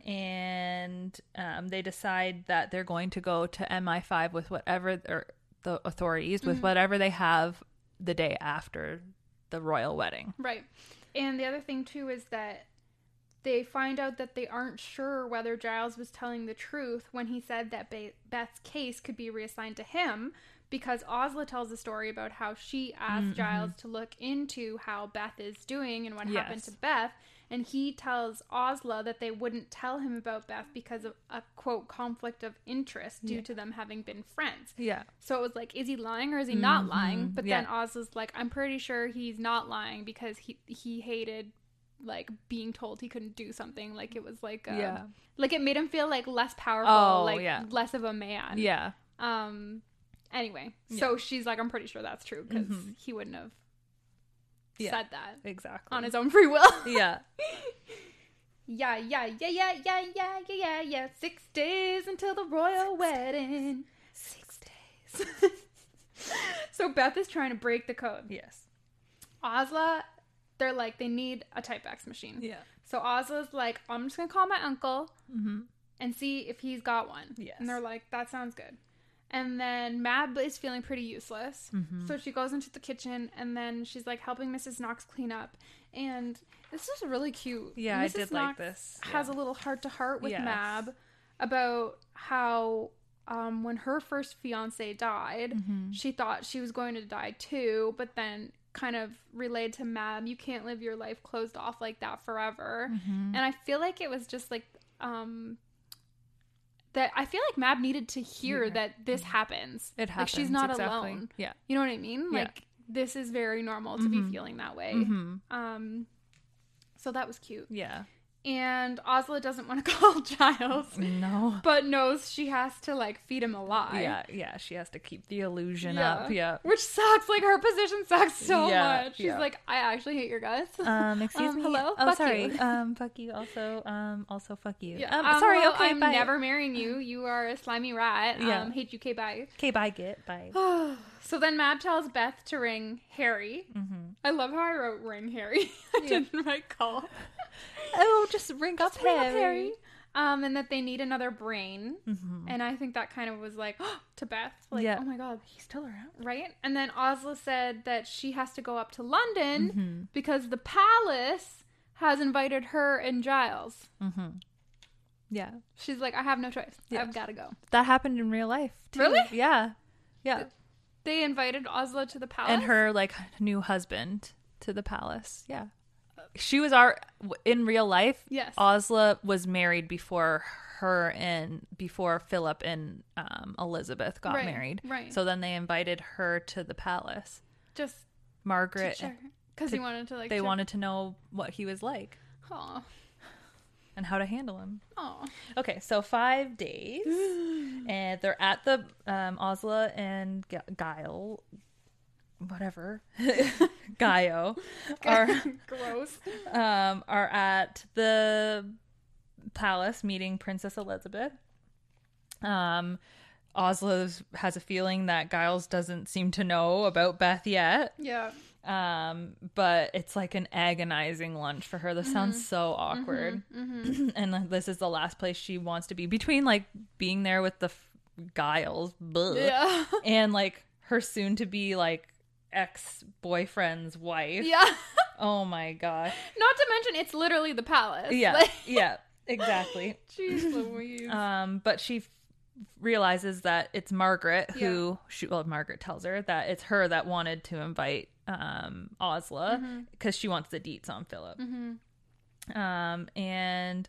Speaker 2: and um they decide that they're going to go to MI5 with whatever or the authorities with whatever they have the day after the royal wedding.
Speaker 3: Right. And the other thing too is that they find out that they aren't sure whether Giles was telling the truth when he said that Ba Beth's case could be reassigned to him because Ozla tells a story about how she asked Giles to look into how Beth is doing and what happened
Speaker 2: Yes.
Speaker 3: to Beth and he tells Ozla that they wouldn't tell him about Beth because of a quote conflict of interest due to them having been friends.
Speaker 2: Yeah.
Speaker 3: So it was like, is he lying or is he not lying? But then
Speaker 2: Mm-hmm. Yeah.
Speaker 3: Oz was like, I'm pretty sure he's not lying because he he hated like being told he couldn't do something. Like it was like um,
Speaker 2: Yeah.
Speaker 3: like it made him feel like less powerful,
Speaker 2: Oh,
Speaker 3: like
Speaker 2: yeah.
Speaker 3: less of a man.
Speaker 2: Yeah.
Speaker 3: Um. Anyway, so she's like, I'm pretty sure that's true because he wouldn't have
Speaker 2: Mm-hmm. Yeah.
Speaker 3: said that
Speaker 2: Exactly.
Speaker 3: on his own free will.
Speaker 2: yeah.
Speaker 3: yeah, yeah, yeah, yeah, yeah, yeah, yeah, yeah, yeah. Six days until the royal wedding.
Speaker 2: Six days.
Speaker 3: So Beth is trying to break the code.
Speaker 2: Yes.
Speaker 3: Ozla, they're like, they need a type X machine.
Speaker 2: Yeah.
Speaker 3: So Ozla's like, I'm just going to call my uncle and see if he's got one.
Speaker 2: Mm-hmm. Yes.
Speaker 3: And they're like, that sounds good. And then Mab is feeling pretty useless.
Speaker 2: Mm-hmm.
Speaker 3: So she goes into the kitchen and then she's like helping Mrs. Knox clean up. And this is really cute.
Speaker 2: Yeah, I
Speaker 3: Mrs.
Speaker 2: did like this.
Speaker 3: Has a little heart to heart with
Speaker 2: Yes.
Speaker 3: Mab about how um, when her first fiance died,
Speaker 2: Mm-hmm.
Speaker 3: she thought she was going to die too, but then kind of relayed to Mab, you can't live your life closed off like that forever.
Speaker 2: Mm-hmm.
Speaker 3: And I feel like it was just like um that I feel like Mab needed to hear that this happens.
Speaker 2: It happens.
Speaker 3: Like she's not
Speaker 2: exactly.
Speaker 3: alone.
Speaker 2: Yeah.
Speaker 3: You know what I mean?
Speaker 2: Yeah. Mm-hmm.
Speaker 3: Like this is very normal to be feeling that way. Um so that was cute.
Speaker 2: Yeah.
Speaker 3: And Ozla doesn't want to call Giles,
Speaker 2: No.
Speaker 3: but knows she has to like feed him a lie.
Speaker 2: yeah. Yeah. She has to keep the illusion up.
Speaker 3: Yeah.
Speaker 2: Yeah.
Speaker 3: Which sucks. Like her position sucks so
Speaker 2: Yeah,
Speaker 3: much. She's
Speaker 2: yeah.
Speaker 3: like, I actually hate your guts.
Speaker 2: Um. Excuse
Speaker 3: Um,
Speaker 2: me.
Speaker 3: hello?
Speaker 2: Oh,
Speaker 3: Fuck
Speaker 2: sorry.
Speaker 3: you.
Speaker 2: Um. Fuck you. Also. Um. Also. Fuck you.
Speaker 3: Yeah.
Speaker 2: Um, sorry.
Speaker 3: hello,
Speaker 2: okay.
Speaker 3: I'm
Speaker 2: bye.
Speaker 3: never marrying you. You are a slimy rat.
Speaker 2: Yeah.
Speaker 3: Um, hate you. K. Bye.
Speaker 2: Okay. Bye. Git. Bye.
Speaker 3: So then Mab tells Beth to ring Harry.
Speaker 2: Mm-hmm.
Speaker 3: I love how I wrote ring Harry. I didn't write call.
Speaker 2: oh, just ring up
Speaker 3: Ring up Harry. Um, and that they need another brain. And I think that kind of was like to Beth, like,
Speaker 2: Mm-hmm. Yeah.
Speaker 3: oh my god,
Speaker 2: He's still around.
Speaker 3: right? And then Ozla said that she has to go up to London
Speaker 2: Mm-hmm.
Speaker 3: because the palace has invited her and Giles.
Speaker 2: Yeah.
Speaker 3: She's like, I have no choice. I've got to go.
Speaker 2: That happened in real life. too.
Speaker 3: Really?
Speaker 2: Yeah. Yeah.
Speaker 3: They invited Ozla to the palace.
Speaker 2: and her like new husband to the palace. Yeah. She was our in real life.
Speaker 3: Yes.
Speaker 2: Osla was married before her and before Philip and um, Elizabeth got
Speaker 3: Right,
Speaker 2: married.
Speaker 3: right.
Speaker 2: So then they invited her to the palace.
Speaker 3: just
Speaker 2: Margaret.
Speaker 3: because he wanted to like.
Speaker 2: They
Speaker 3: check-
Speaker 2: wanted to know what he was like
Speaker 3: Aw.
Speaker 2: and how to handle him.
Speaker 3: Aw.
Speaker 2: Okay, so five days, and they're at the um, Osla and G- Guile, whatever, Gaio, are
Speaker 3: Gross.
Speaker 2: um, are at the palace meeting Princess Elizabeth. Um, Oslo has a feeling that Giles doesn't seem to know about Beth yet,
Speaker 3: Yeah.
Speaker 2: Um, but it's like an agonizing lunch for her. This
Speaker 3: Mm-hmm.
Speaker 2: sounds so awkward. and like, this is the last place she wants to be between like being there with the f- Giles bleh,
Speaker 3: Yeah.
Speaker 2: and like her soon to be like ex boyfriend's wife.
Speaker 3: Yeah.
Speaker 2: Oh my gosh.
Speaker 3: Not to mention, it's literally the palace.
Speaker 2: Yeah.
Speaker 3: Like,
Speaker 2: yeah. Exactly.
Speaker 3: Jeez Louise.
Speaker 2: Um, but she f- realizes that it's Margaret who she well Margaret tells her that it's her that wanted to invite um Osla
Speaker 3: Mm-hmm.
Speaker 2: because she wants the deets on Philip. Um and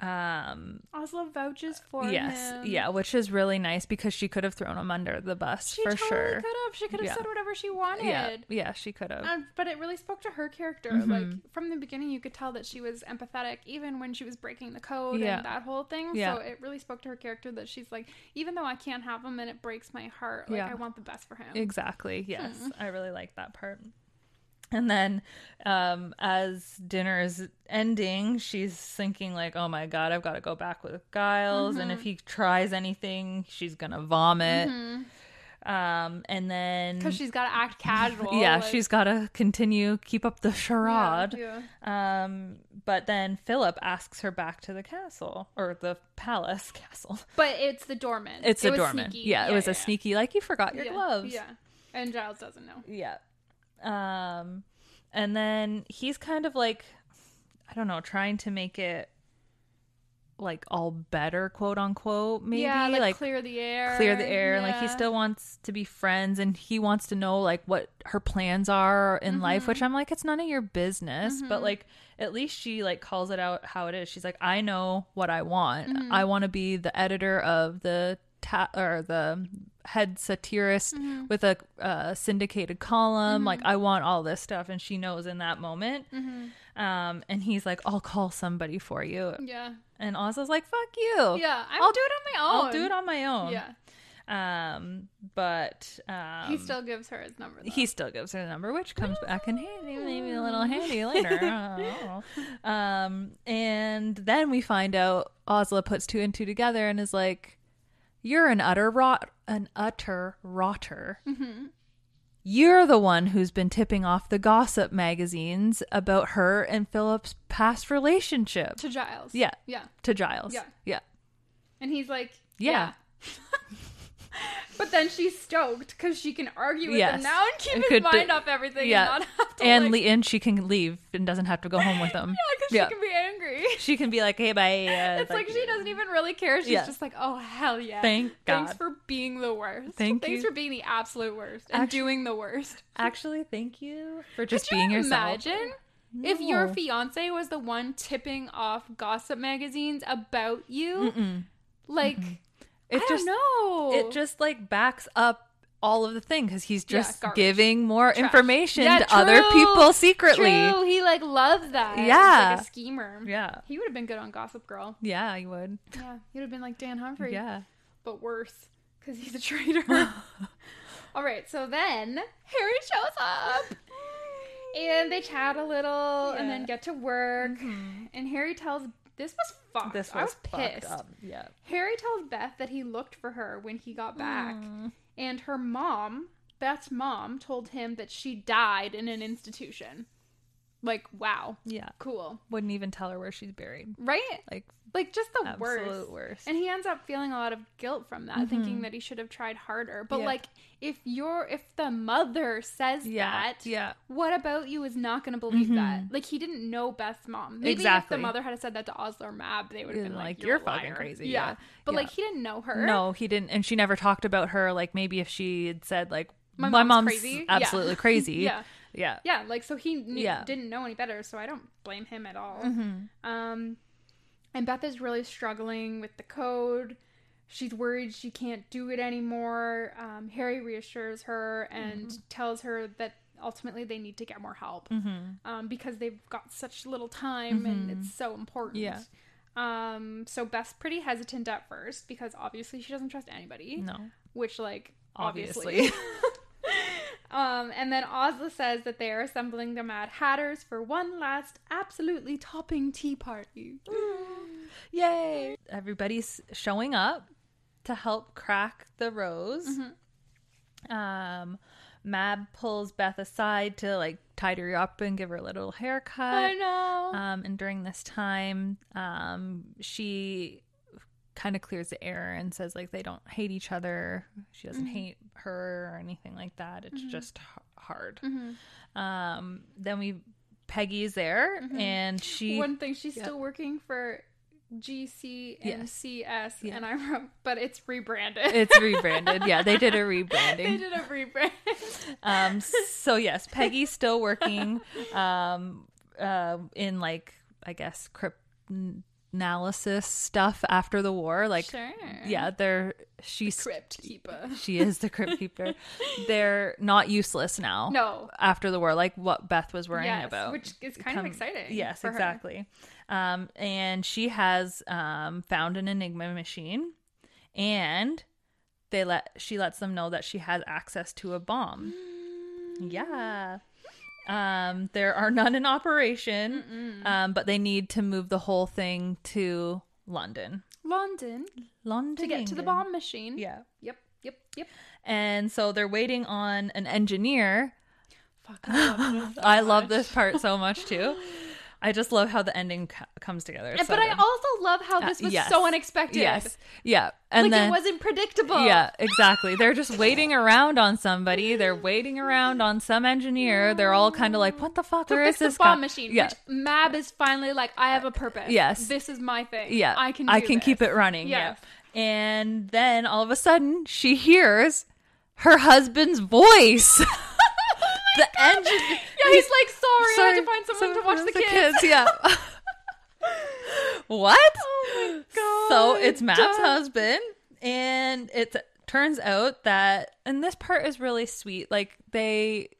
Speaker 2: um
Speaker 3: Oslo vouches for
Speaker 2: yes
Speaker 3: him.
Speaker 2: yeah which is really nice because she could have thrown him under the bus
Speaker 3: She
Speaker 2: for
Speaker 3: totally
Speaker 2: sure
Speaker 3: could have. She could have
Speaker 2: Yeah.
Speaker 3: said whatever she
Speaker 2: yeah Mm-hmm.
Speaker 3: wanted.
Speaker 2: yeah she could have
Speaker 3: Um, but it really spoke to her character. Like from the beginning, you could tell that she was empathetic, even when she was breaking the code
Speaker 2: Yeah.
Speaker 3: and that whole thing.
Speaker 2: Yeah.
Speaker 3: So it really spoke to her character that she's like, even though I can't have him and it breaks my heart, like
Speaker 2: Yeah.
Speaker 3: I want the best for him.
Speaker 2: Exactly. Yes.
Speaker 3: Hmm.
Speaker 2: I really like that part. And then um as dinner is ending, she's thinking like, "Oh my god, I've got to go back with Giles and
Speaker 3: Mm-hmm.
Speaker 2: if he tries anything, she's going to vomit." Um and then
Speaker 3: Because Mm-hmm. she's got to act casual.
Speaker 2: yeah,
Speaker 3: like-
Speaker 2: she's got to continue keep up the
Speaker 3: yeah,
Speaker 2: charade.
Speaker 3: yeah.
Speaker 2: Um but then Philip asks her back to the castle or the palace castle.
Speaker 3: But it's the doorman.
Speaker 2: It's
Speaker 3: It
Speaker 2: a
Speaker 3: was
Speaker 2: dormant.
Speaker 3: sneaky.
Speaker 2: Yeah, it was a
Speaker 3: yeah,
Speaker 2: sneaky like you forgot
Speaker 3: yeah.
Speaker 2: your
Speaker 3: Yeah,
Speaker 2: gloves.
Speaker 3: Yeah. And Giles doesn't know.
Speaker 2: Yeah. Um and then he's kind of like I don't know, trying to make it like all better, quote unquote, maybe.
Speaker 3: yeah, like, clear the air.
Speaker 2: clear the air and like he
Speaker 3: yeah.
Speaker 2: still wants to be friends and he wants to know like what her plans are in life
Speaker 3: Mm-hmm.
Speaker 2: which i'm like it's none of your business but like at least she like calls it out how it is she's like i know what i want
Speaker 3: Mm-hmm.
Speaker 2: i want to be the editor of the ta- or the head satirist
Speaker 3: Mm-hmm.
Speaker 2: with a uh, syndicated column like i want all this stuff and she knows in that moment
Speaker 3: Mm-hmm.
Speaker 2: um and he's like i'll call somebody for you
Speaker 3: Yeah.
Speaker 2: and Oz is like fuck you
Speaker 3: Yeah. i
Speaker 2: I'll-
Speaker 3: will do it on my own.
Speaker 2: I'll do it on my own.
Speaker 3: Yeah.
Speaker 2: Um, but um,
Speaker 3: He still gives her his number. Though.
Speaker 2: he still gives her the number, which comes back in handy, maybe a little handy later. I don't know. um, and then we find out Osla puts two and two together and is like, "You're an utter rot, an utter rotter." You're the one who's been tipping off the gossip magazines about her and Philip's past relationship
Speaker 3: to Giles.
Speaker 2: Yeah.
Speaker 3: Yeah.
Speaker 2: to Giles.
Speaker 3: Yeah.
Speaker 2: yeah,
Speaker 3: And he's like,
Speaker 2: yeah.
Speaker 3: But then she's stoked because she can argue with
Speaker 2: Yes.
Speaker 3: him now and keep
Speaker 2: And
Speaker 3: his
Speaker 2: could do-
Speaker 3: mind off everything and not have to
Speaker 2: and
Speaker 3: like,
Speaker 2: le- and she can leave and doesn't have to go home with them.
Speaker 3: yeah, 'cause she can be angry.
Speaker 2: she can be like, "Hey, bye." uh,
Speaker 3: It's like she doesn't even really care. She's
Speaker 2: Yeah.
Speaker 3: just like, oh hell yeah!
Speaker 2: Thank
Speaker 3: Thanks
Speaker 2: God.
Speaker 3: for being the worst.
Speaker 2: Thank
Speaker 3: Thanks
Speaker 2: you.
Speaker 3: for being the absolute worst and
Speaker 2: Actu-
Speaker 3: doing the worst.
Speaker 2: Actually, thank you for just
Speaker 3: Could you
Speaker 2: being yourself.
Speaker 3: Imagine if your
Speaker 2: No.
Speaker 3: fiance was the one tipping off gossip magazines about you. Like,
Speaker 2: It
Speaker 3: I
Speaker 2: just
Speaker 3: don't know.
Speaker 2: it just like backs up all of the thing because he's
Speaker 3: Yeah,
Speaker 2: just
Speaker 3: garbage.
Speaker 2: giving more
Speaker 3: Trash.
Speaker 2: information
Speaker 3: Yeah,
Speaker 2: to other
Speaker 3: true.
Speaker 2: people secretly.
Speaker 3: True. He like loves that. He's
Speaker 2: Yeah.
Speaker 3: like a schemer.
Speaker 2: Yeah,
Speaker 3: He would have been good on Gossip Girl.
Speaker 2: yeah, you would.
Speaker 3: Yeah, he would have been like Dan Humphrey.
Speaker 2: Yeah,
Speaker 3: But worse, because he's a traitor. All right, so then Harry shows up. And they chat a little and then get to work. And Harry tells this was fucked.
Speaker 2: Mm-hmm. this
Speaker 3: I
Speaker 2: was
Speaker 3: was
Speaker 2: fucked
Speaker 3: pissed.
Speaker 2: up. Yeah,
Speaker 3: Harry tells Beth that he looked for her when he got back. And her mom, Beth's mom, told him that she died in an institution. Like, wow.
Speaker 2: yeah.
Speaker 3: Cool.
Speaker 2: Wouldn't even tell her where she's buried.
Speaker 3: Right?
Speaker 2: Like
Speaker 3: Like just the
Speaker 2: absolute
Speaker 3: worst.
Speaker 2: worst. Mm-hmm.
Speaker 3: And he ends up feeling a lot of guilt from that, thinking that he should have tried harder. But
Speaker 2: Yeah.
Speaker 3: like if you're if the mother says
Speaker 2: yeah,
Speaker 3: that,
Speaker 2: yeah. Mm-hmm.
Speaker 3: what about you is not going to believe that. Like he didn't know Beth's mom. Maybe
Speaker 2: Exactly.
Speaker 3: if the mother had said that to Oslo or Mab, they would have
Speaker 2: Been
Speaker 3: been like,
Speaker 2: like,
Speaker 3: "You're,
Speaker 2: "You're
Speaker 3: a
Speaker 2: fucking
Speaker 3: liar."
Speaker 2: crazy,
Speaker 3: Yeah.
Speaker 2: yeah.
Speaker 3: But
Speaker 2: Yeah.
Speaker 3: like he didn't know her.
Speaker 2: No, he didn't, and she never talked about her. Like maybe if she had said like my,
Speaker 3: My
Speaker 2: mom's,
Speaker 3: mom's crazy." Yeah.
Speaker 2: absolutely crazy.
Speaker 3: Yeah.
Speaker 2: yeah,
Speaker 3: Yeah, like so he knew,
Speaker 2: Yeah. Mm-hmm.
Speaker 3: didn't know any better, so I don't blame him at all. Um, and Beth is really struggling with the code. She's worried she can't do it anymore. Um, Harry reassures her and
Speaker 2: Mm-hmm.
Speaker 3: tells her that ultimately they need to get more help
Speaker 2: Mm-hmm.
Speaker 3: um, because they've got such little time and it's so important.
Speaker 2: Yeah.
Speaker 3: Um, so Beth's pretty hesitant at first because obviously she doesn't trust anybody.
Speaker 2: No,
Speaker 3: Which, like,
Speaker 2: obviously.
Speaker 3: obviously. Um, and then Ozla says that they are assembling the Mad Hatters for one last absolutely topping tea party.
Speaker 2: Yay! Everybody's
Speaker 3: Mm-hmm.
Speaker 2: showing up to help crack the rose. Um, Mab pulls Beth aside to like tidy her up and give her a little haircut.
Speaker 3: I know.
Speaker 2: Um, and during this time, um, she kind of clears the air and says like they don't hate each other. She doesn't
Speaker 3: Mm-hmm.
Speaker 2: hate her or anything like that. It's just h- hard.
Speaker 3: Mm-hmm.
Speaker 2: Um, then we Peggy is there and she
Speaker 3: One thing, she's still working for GC and
Speaker 2: Yes.
Speaker 3: CS, and I wrote, but it's rebranded.
Speaker 2: it's rebranded. Yeah, they did a
Speaker 3: they
Speaker 2: rebranding.
Speaker 3: did a rebrand.
Speaker 2: Um, so yes, Peggy's still working um, uh, in like I guess cryptanalysis stuff after the war. Like
Speaker 3: sure.
Speaker 2: yeah, they're she's
Speaker 3: Crypt keeper.
Speaker 2: she is the crypt keeper. They're not useless now.
Speaker 3: No.
Speaker 2: After the war, like what Beth was worrying
Speaker 3: Yes,
Speaker 2: about.
Speaker 3: which is kind of
Speaker 2: Come-
Speaker 3: exciting.
Speaker 2: Yes,
Speaker 3: for her.
Speaker 2: exactly. Um, and she has um, found an Enigma machine and they let she lets them know that she has access to a bomb. Yeah. Um, there are none in operation, um, but they need to move the whole thing to London.
Speaker 3: London
Speaker 2: London
Speaker 3: to get to the
Speaker 2: England.
Speaker 3: bomb machine.
Speaker 2: Yeah.
Speaker 3: Yep. Yep. Yep.
Speaker 2: And so they're waiting on an engineer.
Speaker 3: Fucking love this.
Speaker 2: I love this part so much too. I just love how the ending co- comes together. It's so
Speaker 3: but I
Speaker 2: good.
Speaker 3: also love how
Speaker 2: Uh,
Speaker 3: this was
Speaker 2: yes.
Speaker 3: so unexpected.
Speaker 2: Yes. Yeah. And
Speaker 3: like
Speaker 2: then
Speaker 3: it wasn't predictable.
Speaker 2: Yeah, exactly. They're just waiting around on somebody. They're waiting around on some engineer. They're all kind of like, "What the fuck?
Speaker 3: To
Speaker 2: Where is
Speaker 3: fix
Speaker 2: this
Speaker 3: this bomb
Speaker 2: guy?"
Speaker 3: machine,
Speaker 2: Yeah.
Speaker 3: which Mab is finally like, I have a purpose.
Speaker 2: Yes.
Speaker 3: this is my thing.
Speaker 2: yeah.
Speaker 3: I can.
Speaker 2: I
Speaker 3: do
Speaker 2: can keep
Speaker 3: this."
Speaker 2: it running.
Speaker 3: Yes.
Speaker 2: Yeah. And then all of a sudden, she hears her husband's
Speaker 3: Oh
Speaker 2: voice. the engine.
Speaker 3: Yeah, he's like, sorry, I had to find someone to
Speaker 2: Someone
Speaker 3: watch the kids.
Speaker 2: Yeah. what? So
Speaker 3: Oh God.
Speaker 2: it's Map's husband, and it turns out that, and this part is really sweet. Like they,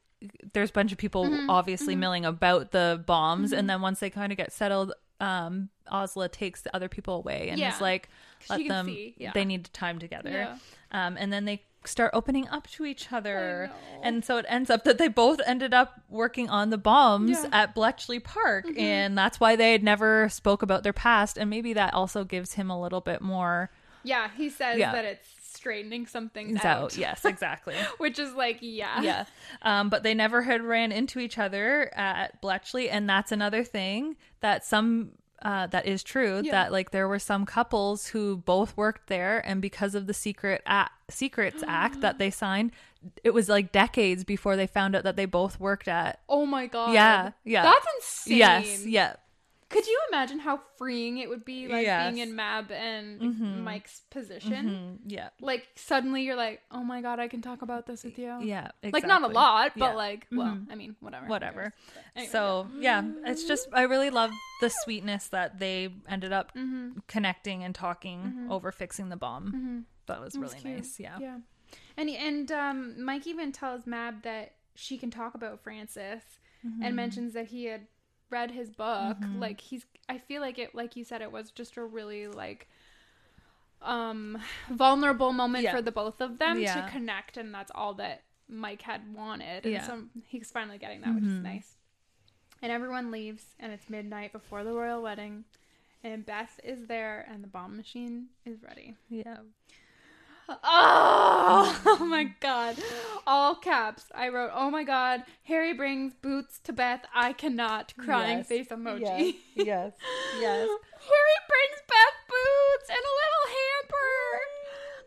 Speaker 2: there's a bunch of people
Speaker 3: Mm-hmm.
Speaker 2: obviously milling about the bombs, and then once they kind of get settled, um, Osla takes the other people away and
Speaker 3: Yeah.
Speaker 2: is like,
Speaker 3: you
Speaker 2: let
Speaker 3: can
Speaker 2: them.
Speaker 3: see, yeah.
Speaker 2: They need time together,
Speaker 3: Yeah.
Speaker 2: um, and then they start opening up to each other and so it ends up that they both ended up working on the bombs
Speaker 3: Yeah. Mm-hmm.
Speaker 2: at bletchley park and that's why they had never spoke about their past and maybe that also gives him a little bit more
Speaker 3: Yeah, he says
Speaker 2: Yeah.
Speaker 3: that it's straightening something
Speaker 2: out,
Speaker 3: out.
Speaker 2: yes exactly
Speaker 3: Which is like, yeah.
Speaker 2: yeah um, but they never had ran into each other at bletchley and that's another thing that some uh, that is true
Speaker 3: Yeah.
Speaker 2: that like there were some couples who both worked there and because of the secret act, secrets act that they signed it was like decades before they found out that they both worked at
Speaker 3: Oh my god.
Speaker 2: Yeah, yeah.
Speaker 3: That's insane.
Speaker 2: Yes, yeah.
Speaker 3: Could you imagine how freeing it would be like
Speaker 2: Yes. Mm-hmm.
Speaker 3: being in Mab and Mike's position?
Speaker 2: Yeah.
Speaker 3: Like suddenly you're like, Oh my god, I can talk about this with you.
Speaker 2: Yeah. Exactly.
Speaker 3: Like not a lot, but
Speaker 2: Yeah. Mm-hmm.
Speaker 3: like well, I mean, whatever.
Speaker 2: whatever.
Speaker 3: Anyway,
Speaker 2: so yeah. it's just I really love the sweetness that they ended up
Speaker 3: Mm-hmm.
Speaker 2: connecting and talking over fixing the bomb. That was really
Speaker 3: cute.
Speaker 2: nice. Yeah.
Speaker 3: Yeah. And and um, Mike even tells Mab that she can talk about Francis
Speaker 2: Mm-hmm.
Speaker 3: and mentions that he had read his book. Like he's I feel like it like you said it was just a really like um vulnerable moment
Speaker 2: Yeah.
Speaker 3: for the both of them
Speaker 2: Yeah.
Speaker 3: to connect and that's all that Mike had wanted. And
Speaker 2: Yeah. Mm-hmm.
Speaker 3: so he's finally getting that, which is nice. And everyone leaves and it's midnight before the royal wedding. And Beth is there, and the bomb machine is ready.
Speaker 2: Yeah.
Speaker 3: Oh, oh my god. All caps. I wrote, oh my god, Harry brings boots to Beth. I cannot. Crying
Speaker 2: Yes.
Speaker 3: face emoji.
Speaker 2: Yes. Yes.
Speaker 3: Harry brings Beth boots and a little hamper.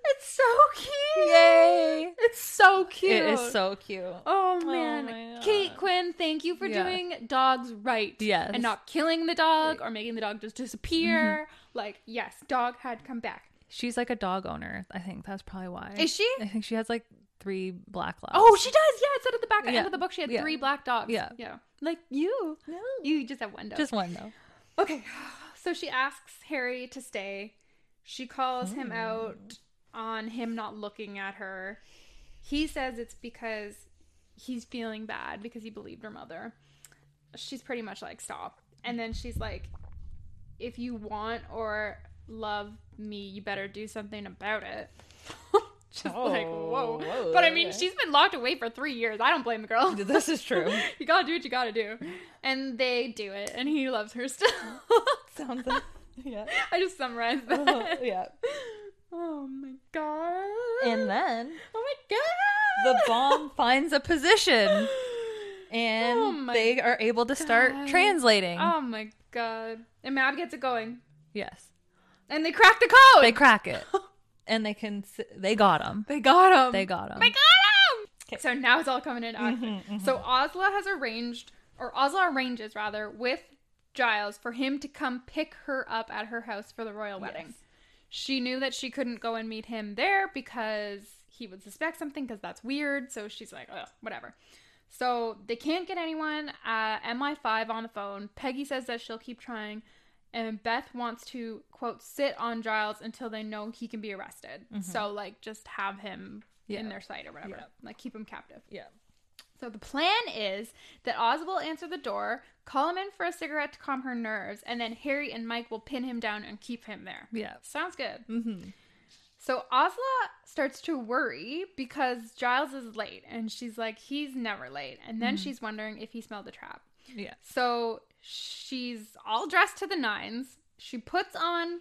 Speaker 3: It's so cute.
Speaker 2: Yay.
Speaker 3: It's so cute.
Speaker 2: It is so cute.
Speaker 3: Oh man.
Speaker 2: my God.
Speaker 3: Kate Quinn, thank you for
Speaker 2: Yeah.
Speaker 3: doing dogs right.
Speaker 2: Yes.
Speaker 3: And not killing the dog or making the dog just disappear.
Speaker 2: Mm-hmm.
Speaker 3: Like, yes, dog had come back.
Speaker 2: She's like a dog owner. I think that's probably why.
Speaker 3: Is she?
Speaker 2: I think she has like three black labs.
Speaker 3: Oh, she does. Yeah, it said at the back
Speaker 2: Yeah.
Speaker 3: end of the book she had
Speaker 2: Yeah.
Speaker 3: three black dogs.
Speaker 2: Yeah.
Speaker 3: yeah. Like you, you just have one dog.
Speaker 2: just one though.
Speaker 3: okay. So she asks Harry to stay. She calls him out on him not looking at her. He says it's because he's feeling bad because he believed her mother. She's pretty much like stop, and then she's like, "If you want or love me, you better do something about it." Just like whoa.
Speaker 2: whoa,
Speaker 3: but I mean,
Speaker 2: okay.
Speaker 3: she's been locked away for three years. I don't blame the girl.
Speaker 2: This is true.
Speaker 3: you gotta do what you gotta do. And they do it, and he loves her still.
Speaker 2: Sounds yeah.
Speaker 3: I just summarized that.
Speaker 2: yeah.
Speaker 3: Oh my god.
Speaker 2: And then
Speaker 3: oh my god.
Speaker 2: the bomb finds a position and
Speaker 3: Oh my
Speaker 2: they are able to start
Speaker 3: God.
Speaker 2: translating.
Speaker 3: Oh my god. And Mab gets it going.
Speaker 2: Yes.
Speaker 3: And they crack the code.
Speaker 2: They crack it. and they can s- they got them.
Speaker 3: They got him.
Speaker 2: They got them.
Speaker 3: They got him. So now it's all coming in. action. So Ozla has arranged, or Ozla arranges rather, with Giles for him to come pick her up at her house for the royal wedding. She knew that she couldn't go and meet him there because he would suspect something because that's weird. So she's like, oh, whatever. So they can't get anyone. Uh, MI5 on the phone. Peggy says that she'll keep trying. And Beth wants to, quote, sit on Giles until they know he can be arrested. So, like, just have him in
Speaker 2: Mm-hmm. Yeah.
Speaker 3: their sight or whatever. Like, keep him captive.
Speaker 2: Yeah.
Speaker 3: So the plan is that Oz will answer the door, call him in for a cigarette to calm her nerves, and then Harry and Mike will pin him down and keep him there.
Speaker 2: Yeah.
Speaker 3: Sounds good. Mm-hmm. So Ozla starts to worry because Giles is late, and she's like, he's never late. And then she's wondering if he smelled a trap.
Speaker 2: Yeah.
Speaker 3: So she's all dressed to the nines. She puts on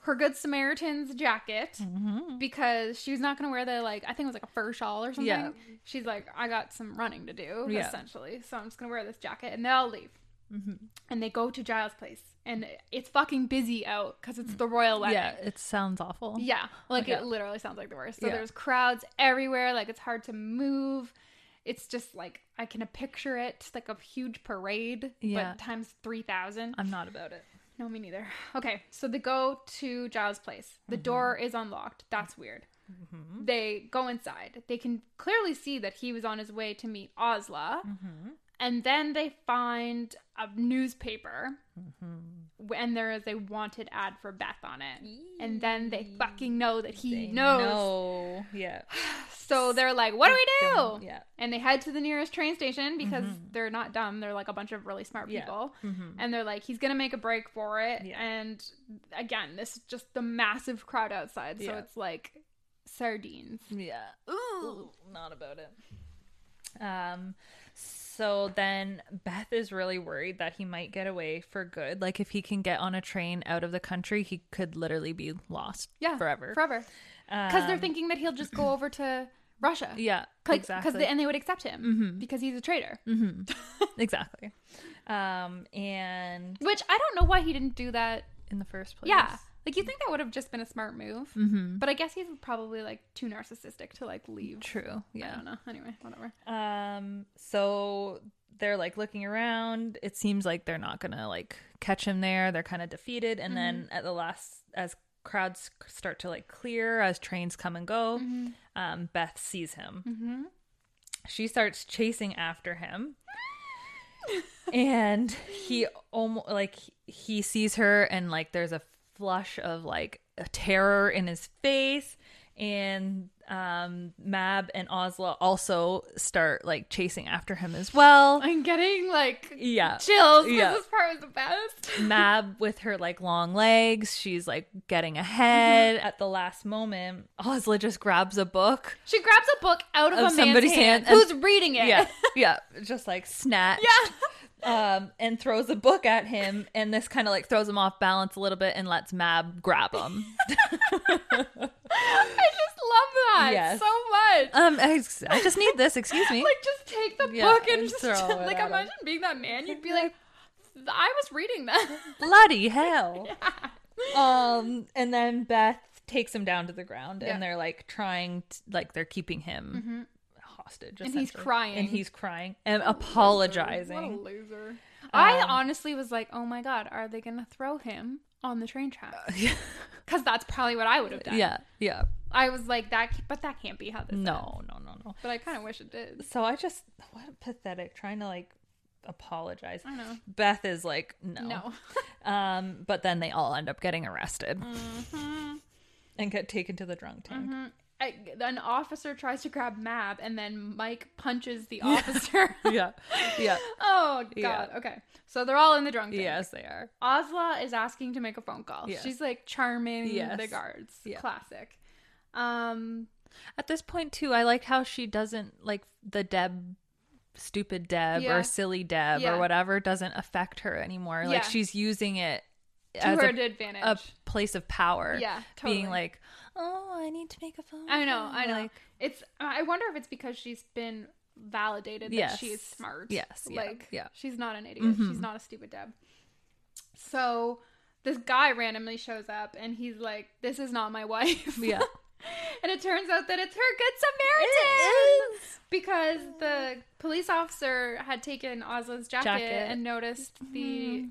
Speaker 3: her Good Samaritan's jacket
Speaker 2: Mm-hmm.
Speaker 3: because she was not going to wear the, like, I think it was like a fur shawl or something.
Speaker 2: Yeah.
Speaker 3: She's like, I got some running to do,
Speaker 2: Yeah. Mm-hmm.
Speaker 3: essentially. So I'm just going to wear this jacket and then I'll leave. And they go to Giles' place and it's fucking busy out because it's the royal wedding.
Speaker 2: Mm. Yeah, it sounds awful.
Speaker 3: Yeah, like
Speaker 2: Yeah.
Speaker 3: it literally sounds like the worst. So
Speaker 2: Yeah.
Speaker 3: there's crowds everywhere. Like it's hard to move. It's just like I can picture it like a huge parade,
Speaker 2: Yeah.
Speaker 3: but times three thousand.
Speaker 2: I'm not about it.
Speaker 3: No, me neither. Okay, so they go to Giles' place. The door is unlocked. That's weird. They go inside. They can clearly see that he was on his way to meet Ozla. And then they find a newspaper. w- And there is a wanted ad for Beth on it. And then they fucking know that he knows.
Speaker 2: No. Yeah.
Speaker 3: So they're like, what do we do?
Speaker 2: Yeah. Mm-hmm.
Speaker 3: And they head to the nearest train station because they're not dumb. They're like a bunch of really smart
Speaker 2: Yeah. Mm-hmm.
Speaker 3: people. And they're like, he's going to make a break for it.
Speaker 2: Yeah.
Speaker 3: And again, this is just the massive crowd outside. So
Speaker 2: Yeah.
Speaker 3: it's like sardines.
Speaker 2: Yeah. Ooh, not about it. Um so then Beth is really worried that he might get away for good. Like if he can get on a train out of the country, he could literally be lost
Speaker 3: Yeah.
Speaker 2: forever.
Speaker 3: Forever. Because they're
Speaker 2: Um,
Speaker 3: thinking that he'll just go over to Russia.
Speaker 2: Yeah,
Speaker 3: Like,
Speaker 2: exactly. Mm-hmm.
Speaker 3: Cause they, and they would accept him because he's a traitor.
Speaker 2: exactly. Um and
Speaker 3: Which I don't know why he didn't do that.
Speaker 2: in the first place.
Speaker 3: Yeah. Like you think that would have just been a smart move. Mm-hmm. But I guess he's probably like too narcissistic to like leave.
Speaker 2: True.
Speaker 3: I
Speaker 2: Yeah.
Speaker 3: don't know. Anyway, whatever.
Speaker 2: Um so they're like looking around. It seems like they're not going to like catch him there. They're kind of defeated and then at the last as crowds start to like clear as trains come and go, um Beth sees him. She starts chasing after him. and he almost like he sees her and like there's a flush of like terror in his face and um mab and ozla also start like chasing after him as well
Speaker 3: I'm getting like
Speaker 2: yeah
Speaker 3: chills. 'cause
Speaker 2: Yeah.
Speaker 3: This part was the best.
Speaker 2: Mab with her like long legs, she's like getting ahead at the last moment. Ozla just grabs a book
Speaker 3: She grabs a book out
Speaker 2: Of
Speaker 3: of, a man's
Speaker 2: somebody's
Speaker 3: hand.
Speaker 2: hand and-
Speaker 3: Who's reading it?
Speaker 2: yeah, yeah, just like snatched. Yeah. Um, and throws a book at him, and this kind of like throws him off balance a little bit and lets Mab grab him.
Speaker 3: I just love that
Speaker 2: Yes.
Speaker 3: so much.
Speaker 2: um, I, I just need this. Excuse me.
Speaker 3: like just take the
Speaker 2: Yeah,
Speaker 3: book and
Speaker 2: and
Speaker 3: just
Speaker 2: throw it
Speaker 3: like
Speaker 2: at him.
Speaker 3: imagine being that man. You'd be like, I was reading that.
Speaker 2: Bloody hell. Um, and then Beth takes him down to the ground,
Speaker 3: Yeah.
Speaker 2: and they're like trying, t- like they're keeping him. Hostage,
Speaker 3: And he's
Speaker 2: essentially.
Speaker 3: crying.
Speaker 2: and he's crying and apologizing.
Speaker 3: What a loser. I
Speaker 2: Um,
Speaker 3: honestly was like, oh my god, are they gonna throw him on the train tracks? Because that's probably what I would have done.
Speaker 2: Uh, Yeah, yeah.
Speaker 3: I was like that, ca- but that can't be how this.
Speaker 2: No, no, no, no.
Speaker 3: But I kind of wish it did.
Speaker 2: So I just what pathetic trying to like apologize.
Speaker 3: I know.
Speaker 2: Beth is like no.
Speaker 3: No.
Speaker 2: Um, but then they all end up getting arrested
Speaker 3: Mm-hmm.
Speaker 2: and get taken to the drunk tank.
Speaker 3: I, an officer tries to grab Mab, and then Mike punches the officer.
Speaker 2: Yeah, yeah.
Speaker 3: oh God. Okay. So they're all in the drunk tank.
Speaker 2: yes, they are.
Speaker 3: Ozla is asking to make a phone call.
Speaker 2: Yes.
Speaker 3: She's like charming
Speaker 2: Yes.
Speaker 3: the guards.
Speaker 2: Yeah.
Speaker 3: Classic. Um.
Speaker 2: At this point too, I like how she doesn't like the Deb. Stupid Deb
Speaker 3: Yeah.
Speaker 2: or silly Deb
Speaker 3: Yeah.
Speaker 2: or whatever doesn't affect her anymore. Like
Speaker 3: Yeah.
Speaker 2: she's using it
Speaker 3: To
Speaker 2: as
Speaker 3: her
Speaker 2: a
Speaker 3: advantage.
Speaker 2: a place of power.
Speaker 3: Yeah,
Speaker 2: Being
Speaker 3: totally.
Speaker 2: like, oh, I need to make a phone.
Speaker 3: I know, I know.
Speaker 2: Like,
Speaker 3: it's. I wonder if it's because she's been validated that
Speaker 2: Yes.
Speaker 3: she is smart.
Speaker 2: Yes, yeah,
Speaker 3: like
Speaker 2: yeah. Mm-hmm.
Speaker 3: she's not an idiot. She's not a stupid deb. So this guy randomly shows up and he's like, "This is not my wife."
Speaker 2: yeah.
Speaker 3: and it turns out that it's her good Samaritan because the police officer had taken Ozla's jacket,
Speaker 2: Jacket. Mm-hmm.
Speaker 3: and noticed the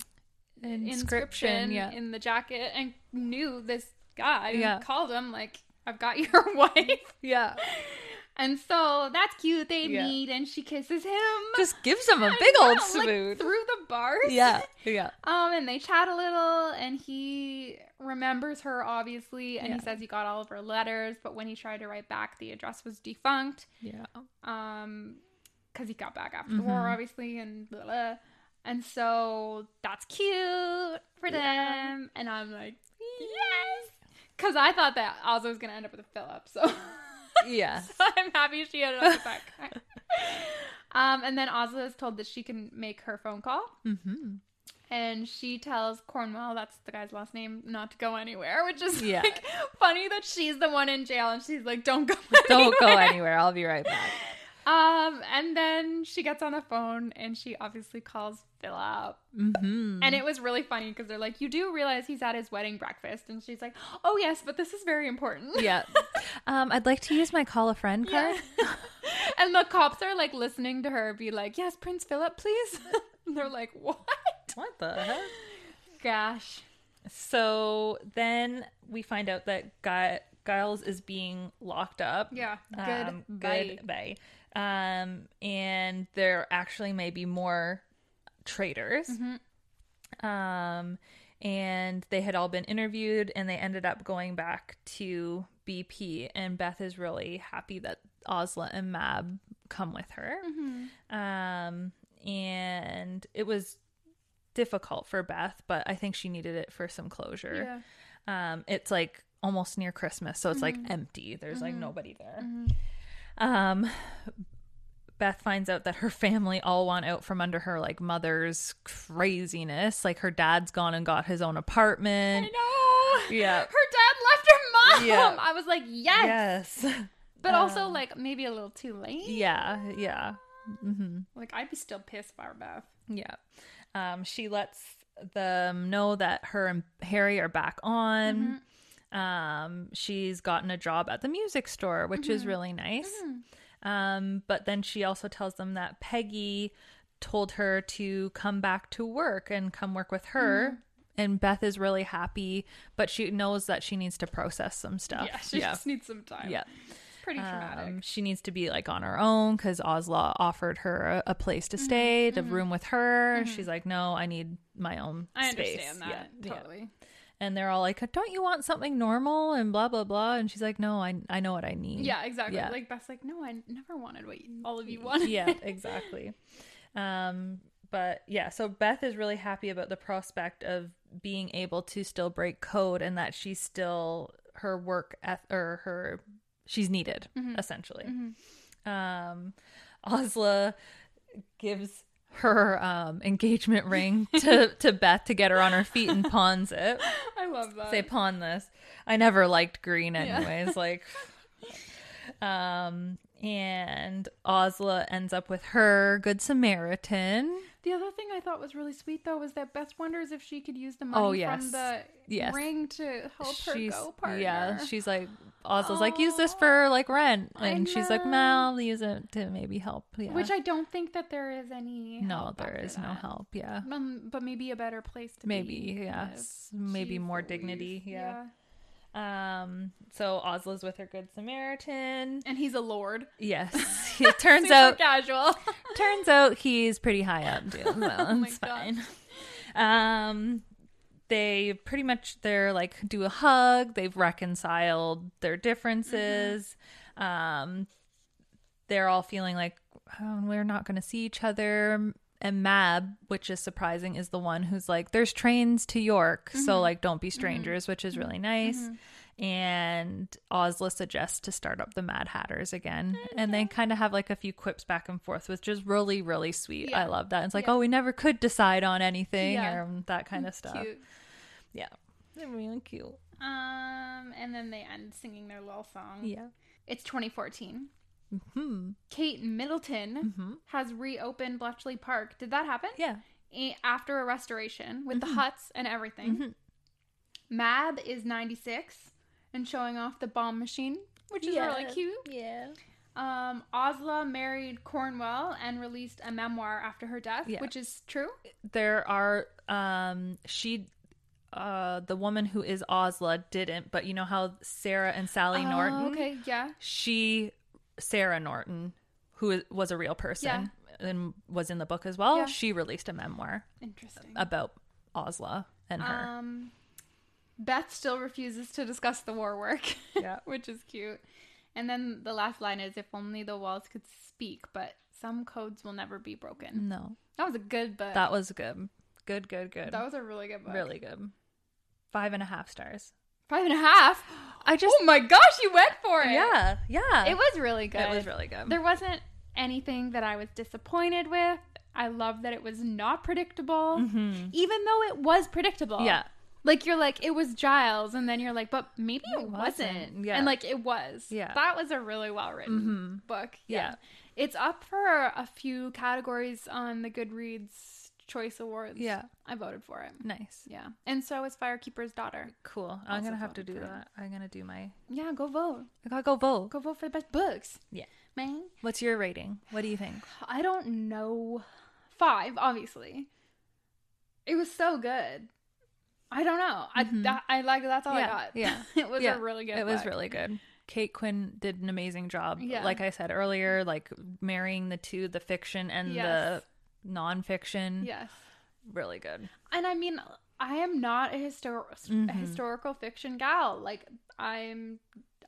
Speaker 2: Inscription,
Speaker 3: inscription
Speaker 2: yeah.
Speaker 3: in the jacket and knew this guy
Speaker 2: Yeah.
Speaker 3: and called him like, "I've got your wife."
Speaker 2: Yeah.
Speaker 3: And so that's cute. They
Speaker 2: Yeah.
Speaker 3: meet, and she kisses him.
Speaker 2: Just gives them a
Speaker 3: I
Speaker 2: big old
Speaker 3: know, like,
Speaker 2: smooth.
Speaker 3: through the bars.
Speaker 2: yeah. Yeah.
Speaker 3: Um, and they chat a little, and he remembers her obviously, and he
Speaker 2: Yeah.
Speaker 3: says he got all of her letters, but when he tried to write back, the address was defunct.
Speaker 2: Yeah.
Speaker 3: Um, because he got back after the
Speaker 2: Mm-hmm.
Speaker 3: war, obviously, and blah, blah. and so that's cute for them. And I'm like, yes, because I thought that Ozzy was gonna end up with a Philip, so.
Speaker 2: Yeah.
Speaker 3: So I'm happy she ended up with that guy. um, and then Ozla is told that she can make her phone call.
Speaker 2: Mm-hmm.
Speaker 3: And she tells Cornwell, that's the guy's last name, not to go anywhere, which is
Speaker 2: Yeah.
Speaker 3: like funny that she's the one in jail and she's like, don't go
Speaker 2: Don't go anywhere. I'll be right back.
Speaker 3: Um, and then she gets on the phone and she obviously calls Philip.
Speaker 2: Mm-hmm.
Speaker 3: And it was really funny because they're like, you do realize he's at his wedding breakfast. And she's like, oh, yes, but this is very important.
Speaker 2: yeah. Um, I'd like to use my call a friend card.
Speaker 3: and the cops are like listening to her be like, yes, Prince Philip, please. and they're like, what?
Speaker 2: What the heck?
Speaker 3: Gosh.
Speaker 2: So then we find out that Guy- Giles is being locked up.
Speaker 3: Yeah. Good.
Speaker 2: Um,
Speaker 3: bye.
Speaker 2: goodbye. Um, and there actually may be more traitors. Um, and they had all been interviewed, and they ended up going back to BP. And Beth is really happy that Osla and Mab come with her. Um, and it was difficult for Beth, but I think she needed it for some closure. Um, it's like almost near Christmas, so it's like empty. There's like nobody there. Um, Beth finds out that her family all want out from under her like mother's craziness. Like her dad's gone and got his own apartment.
Speaker 3: I know.
Speaker 2: Yeah.
Speaker 3: Her dad left her mom.
Speaker 2: Yeah.
Speaker 3: I was like, yes.
Speaker 2: Yes.
Speaker 3: But also, like, maybe a little too late.
Speaker 2: yeah. Yeah.
Speaker 3: Like, I'd be still pissed if I were Beth.
Speaker 2: Yeah. Um, she lets them know that her and Harry are back on.
Speaker 3: Mm-hmm.
Speaker 2: Um, she's gotten a job at the music store, which
Speaker 3: Mm-hmm.
Speaker 2: is really nice. Um, but then she also tells them that Peggy told her to come back to work and come work with her.
Speaker 3: Mm-hmm.
Speaker 2: And Beth is really happy, but she knows that she needs to process some stuff.
Speaker 3: Yeah, she just needs some time.
Speaker 2: yeah.
Speaker 3: Pretty traumatic.
Speaker 2: Um, she needs to be like on her own because Osla offered her a, a place to
Speaker 3: Mm-hmm,
Speaker 2: stay, the room with her. She's like, no, I need my own.
Speaker 3: I
Speaker 2: space."
Speaker 3: understand that.
Speaker 2: Yeah, yeah.
Speaker 3: totally.
Speaker 2: And they're all like, don't you want something normal and blah blah blah? And she's like, no, I I know what I need.
Speaker 3: Yeah, exactly.
Speaker 2: Yeah.
Speaker 3: Like, Beth's like, no, I never wanted what you, all of you wanted.
Speaker 2: yeah, exactly. Um, but yeah, so Beth is really happy about the prospect of being able to still break code and that she's still her work eth- or her she's needed essentially. Um, Osla gives her um, engagement ring to to Beth to get her on her feet and pawns it.
Speaker 3: I love that.
Speaker 2: Say pawn this. I never liked green anyways, like um and Ozla ends up with her good Samaritan.
Speaker 3: The other thing I thought was really sweet though was that Beth wonders if she could use the money
Speaker 2: Oh, yes.
Speaker 3: from the
Speaker 2: Yes.
Speaker 3: ring to help her go Oh, partner.
Speaker 2: yeah, she's like Ozla's like use this for like rent
Speaker 3: I
Speaker 2: and she's like,
Speaker 3: know.
Speaker 2: "Well, I'll use it to maybe help." Yeah.
Speaker 3: which I don't think that there is any.
Speaker 2: no,
Speaker 3: help
Speaker 2: there
Speaker 3: after
Speaker 2: is no
Speaker 3: that.
Speaker 2: help. Yeah.
Speaker 3: Um, but maybe a better place to
Speaker 2: Maybe,
Speaker 3: be.
Speaker 2: yes.
Speaker 3: if
Speaker 2: Maybe
Speaker 3: she's
Speaker 2: more
Speaker 3: the
Speaker 2: dignity,
Speaker 3: least.
Speaker 2: yeah. Um so Ozla's with her good Samaritan.
Speaker 3: And he's a lord.
Speaker 2: Yes. It turns
Speaker 3: Super
Speaker 2: out
Speaker 3: casual.
Speaker 2: Turns out he's pretty high up, too. So it's
Speaker 3: God.
Speaker 2: fine. Um, they pretty much they're like do a hug. They've reconciled their differences. Um, they're all feeling like oh, we're not going to see each other. And Mab, which is surprising, is the one who's like, "There's trains to York, so like don't be strangers," which is really nice. Mm-hmm. And Ozla suggests to start up the Mad Hatters again, and they kind of have like a few quips back and forth, which is really really sweet. I love that. It's like, oh, we never could decide on anything
Speaker 3: Yeah.
Speaker 2: or that kind of stuff.
Speaker 3: Cute.
Speaker 2: Yeah, they're really cute.
Speaker 3: Um, and then they end singing their little song.
Speaker 2: Yeah.
Speaker 3: It's 2014.
Speaker 2: Hmm.
Speaker 3: Kate Middleton
Speaker 2: Mhm.
Speaker 3: has reopened Bletchley Park. Did that happen?
Speaker 2: Yeah. Mm-hmm.
Speaker 3: A- after a restoration with the huts and everything. Mab is 96 and showing off the bomb machine, which is really cute.
Speaker 1: Yeah.
Speaker 3: Um, Osla married Cornwell and released a memoir after her death,
Speaker 2: Yeah.
Speaker 3: which is true.
Speaker 2: There are um she uh the woman who is Osla didn't, but you know how Sarah and Sally Norton
Speaker 3: Oh, okay, yeah.
Speaker 2: she Sarah Norton who is, was a real person and was in the book as well,
Speaker 3: Yeah.
Speaker 2: she released a memoir
Speaker 3: Interesting.
Speaker 2: about Osla and her.
Speaker 3: Um, Beth still refuses to discuss the war work,
Speaker 2: Yeah.
Speaker 3: which is cute. And then the last line is if only the walls could speak, but some codes will never be broken.
Speaker 2: no.
Speaker 3: Mm. That was a good book.
Speaker 2: That was good. Good, good, good.
Speaker 3: That was a really good book.
Speaker 2: really good. Five and a half stars.
Speaker 3: Five and a half.
Speaker 2: I just
Speaker 3: Oh my gosh, you went for it.
Speaker 2: Yeah, yeah.
Speaker 3: It was really good.
Speaker 2: It was really good.
Speaker 3: There wasn't anything that I was disappointed with. I love that it was not predictable, even though it was predictable.
Speaker 2: Yeah.
Speaker 3: Like you're like, it was Giles, and then you're like, but maybe it wasn't.
Speaker 2: wasn't, yeah.
Speaker 3: And like it was.
Speaker 2: Yeah.
Speaker 3: That was a really well written book.
Speaker 2: Yeah.
Speaker 3: It's up for a few categories on the Goodreads Choice Awards.
Speaker 2: Yeah.
Speaker 3: I voted for it.
Speaker 2: nice.
Speaker 3: Yeah. And so is Firekeeper's Daughter.
Speaker 2: Cool. I'm gonna have to
Speaker 3: voted
Speaker 2: do
Speaker 3: for it.
Speaker 2: that. I'm gonna do my.
Speaker 3: Yeah, go vote.
Speaker 2: I gotta go vote.
Speaker 3: Go vote for the best books.
Speaker 2: Yeah.
Speaker 3: Man.
Speaker 2: What's your rating? What do you think?
Speaker 3: I don't know. Five, obviously. It was so good. I don't know. I that, I like that's all
Speaker 2: Mm-hmm. Yeah,
Speaker 3: Oh, I got.
Speaker 2: yeah,
Speaker 3: it was
Speaker 2: Yeah,
Speaker 3: a really good.
Speaker 2: It was
Speaker 3: book.
Speaker 2: really good. Kate Quinn did an amazing job.
Speaker 3: Yeah.
Speaker 2: Like I said earlier, like marrying the two, the fiction and
Speaker 3: Yes.
Speaker 2: the nonfiction.
Speaker 3: yes.
Speaker 2: Really good.
Speaker 3: And I mean, I am not a, histor-
Speaker 2: Mm-hmm.
Speaker 3: a historical fiction gal. Like I'm.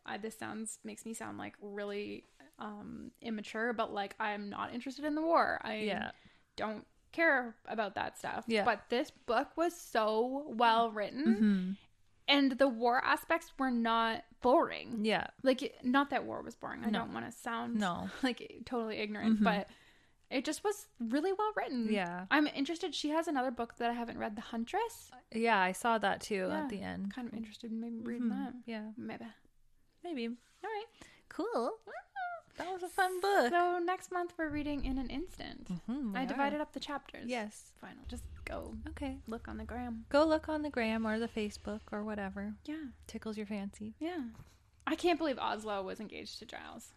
Speaker 3: I, this sounds makes me sound like really um immature, but like I'm not interested in the war. I
Speaker 2: Yeah.
Speaker 3: don't care about that stuff.
Speaker 2: Yeah.
Speaker 3: But this book was so well written.
Speaker 2: Mm-hmm.
Speaker 3: And the war aspects were not boring.
Speaker 2: Yeah.
Speaker 3: Like, it- not that war was boring. I don't want to sound
Speaker 2: No. Mm-hmm.
Speaker 3: like totally ignorant, but it just was really well written.
Speaker 2: Yeah. Uh,
Speaker 3: I'm interested. She has another book that I haven't read, The Huntress.
Speaker 2: Yeah. I saw that too at the end.
Speaker 3: Kind of interested in maybe reading that.
Speaker 2: Yeah.
Speaker 3: Maybe. All
Speaker 2: mm-hmm. Maybe.
Speaker 3: right.
Speaker 2: Cool. That was a fun book.
Speaker 3: So next month we're reading in an instant.
Speaker 2: Mhm,
Speaker 3: I
Speaker 2: we are.
Speaker 3: divided up the chapters.
Speaker 2: Yes.
Speaker 3: Final. Just go
Speaker 2: Okay.
Speaker 3: look on the gram.
Speaker 2: Go look on the gram or the Facebook or whatever
Speaker 3: Yeah.
Speaker 2: tickles your fancy.
Speaker 3: Yeah. I can't believe Oslo was engaged to Giles.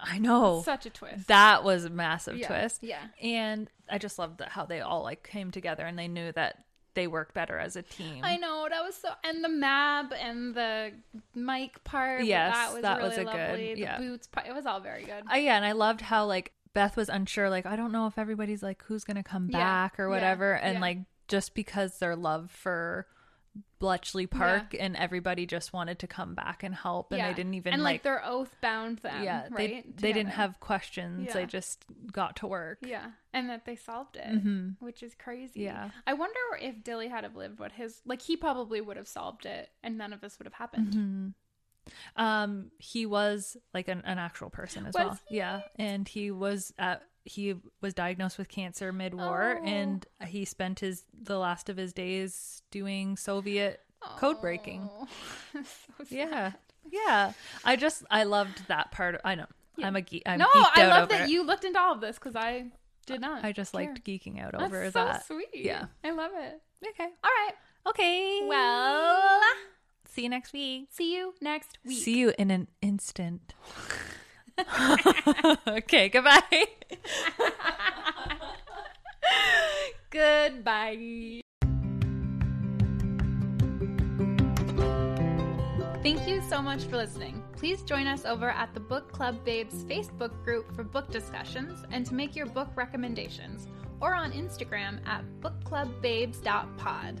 Speaker 2: I know.
Speaker 3: Such a twist.
Speaker 2: Oh, that was a massive
Speaker 3: Yeah,
Speaker 2: twist.
Speaker 3: yeah.
Speaker 2: And I just loved that how they all like came together and they knew that they worked better as a team.
Speaker 3: I know that was so, and the map and the mic part.
Speaker 2: Yes,
Speaker 3: that was
Speaker 2: that
Speaker 3: really
Speaker 2: was a good-
Speaker 3: lovely. The
Speaker 2: yeah.
Speaker 3: boots part, it was all very good.
Speaker 2: I- Uh, yeah, and I loved how like Beth was unsure, like, I don't know if everybody's like who's gonna come
Speaker 3: Yeah,
Speaker 2: back or
Speaker 3: yeah,
Speaker 2: whatever. And
Speaker 3: yeah.
Speaker 2: like just because their love for Bletchley Park and everybody just wanted to come back and help and
Speaker 3: yeah,
Speaker 2: they didn't even
Speaker 3: and
Speaker 2: like,
Speaker 3: their oath bound them.
Speaker 2: yeah, they,
Speaker 3: right.
Speaker 2: they didn't
Speaker 3: together.
Speaker 2: have questions. They
Speaker 3: Yeah.
Speaker 2: just got to work.
Speaker 3: Yeah, and that they solved it, which is crazy.
Speaker 2: Mm-hmm. Yeah.
Speaker 3: I wonder if Dilly had have lived, what his like he probably would have solved it, and none of this would have happened.
Speaker 2: Mm-hmm. um he was like an, an actual person as
Speaker 3: Was
Speaker 2: well yeah and he was uh he was diagnosed with cancer mid-war
Speaker 3: Oh.
Speaker 2: and he spent his the last of his days doing soviet code breaking
Speaker 3: Oh, so sad.
Speaker 2: yeah yeah i just i loved that part of, i know i'm a geek I'm
Speaker 3: No,
Speaker 2: geeked
Speaker 3: I
Speaker 2: out
Speaker 3: love
Speaker 2: over
Speaker 3: that
Speaker 2: it.
Speaker 3: you looked into all of this because I did not.
Speaker 2: i just
Speaker 3: care.
Speaker 2: liked geeking out
Speaker 3: That's
Speaker 2: over
Speaker 3: so
Speaker 2: that
Speaker 3: sweet.
Speaker 2: yeah
Speaker 3: I love it.
Speaker 2: okay
Speaker 3: All right.
Speaker 2: okay
Speaker 3: Well,
Speaker 2: see you next week
Speaker 3: see you next week.
Speaker 2: See you in an instant. okay, goodbye.
Speaker 3: Goodbye. Thank you so much for listening. Please join us over at the Book Club Babes Facebook group for book discussions and to make your book recommendations, or on Instagram at bookclubbabes.pod.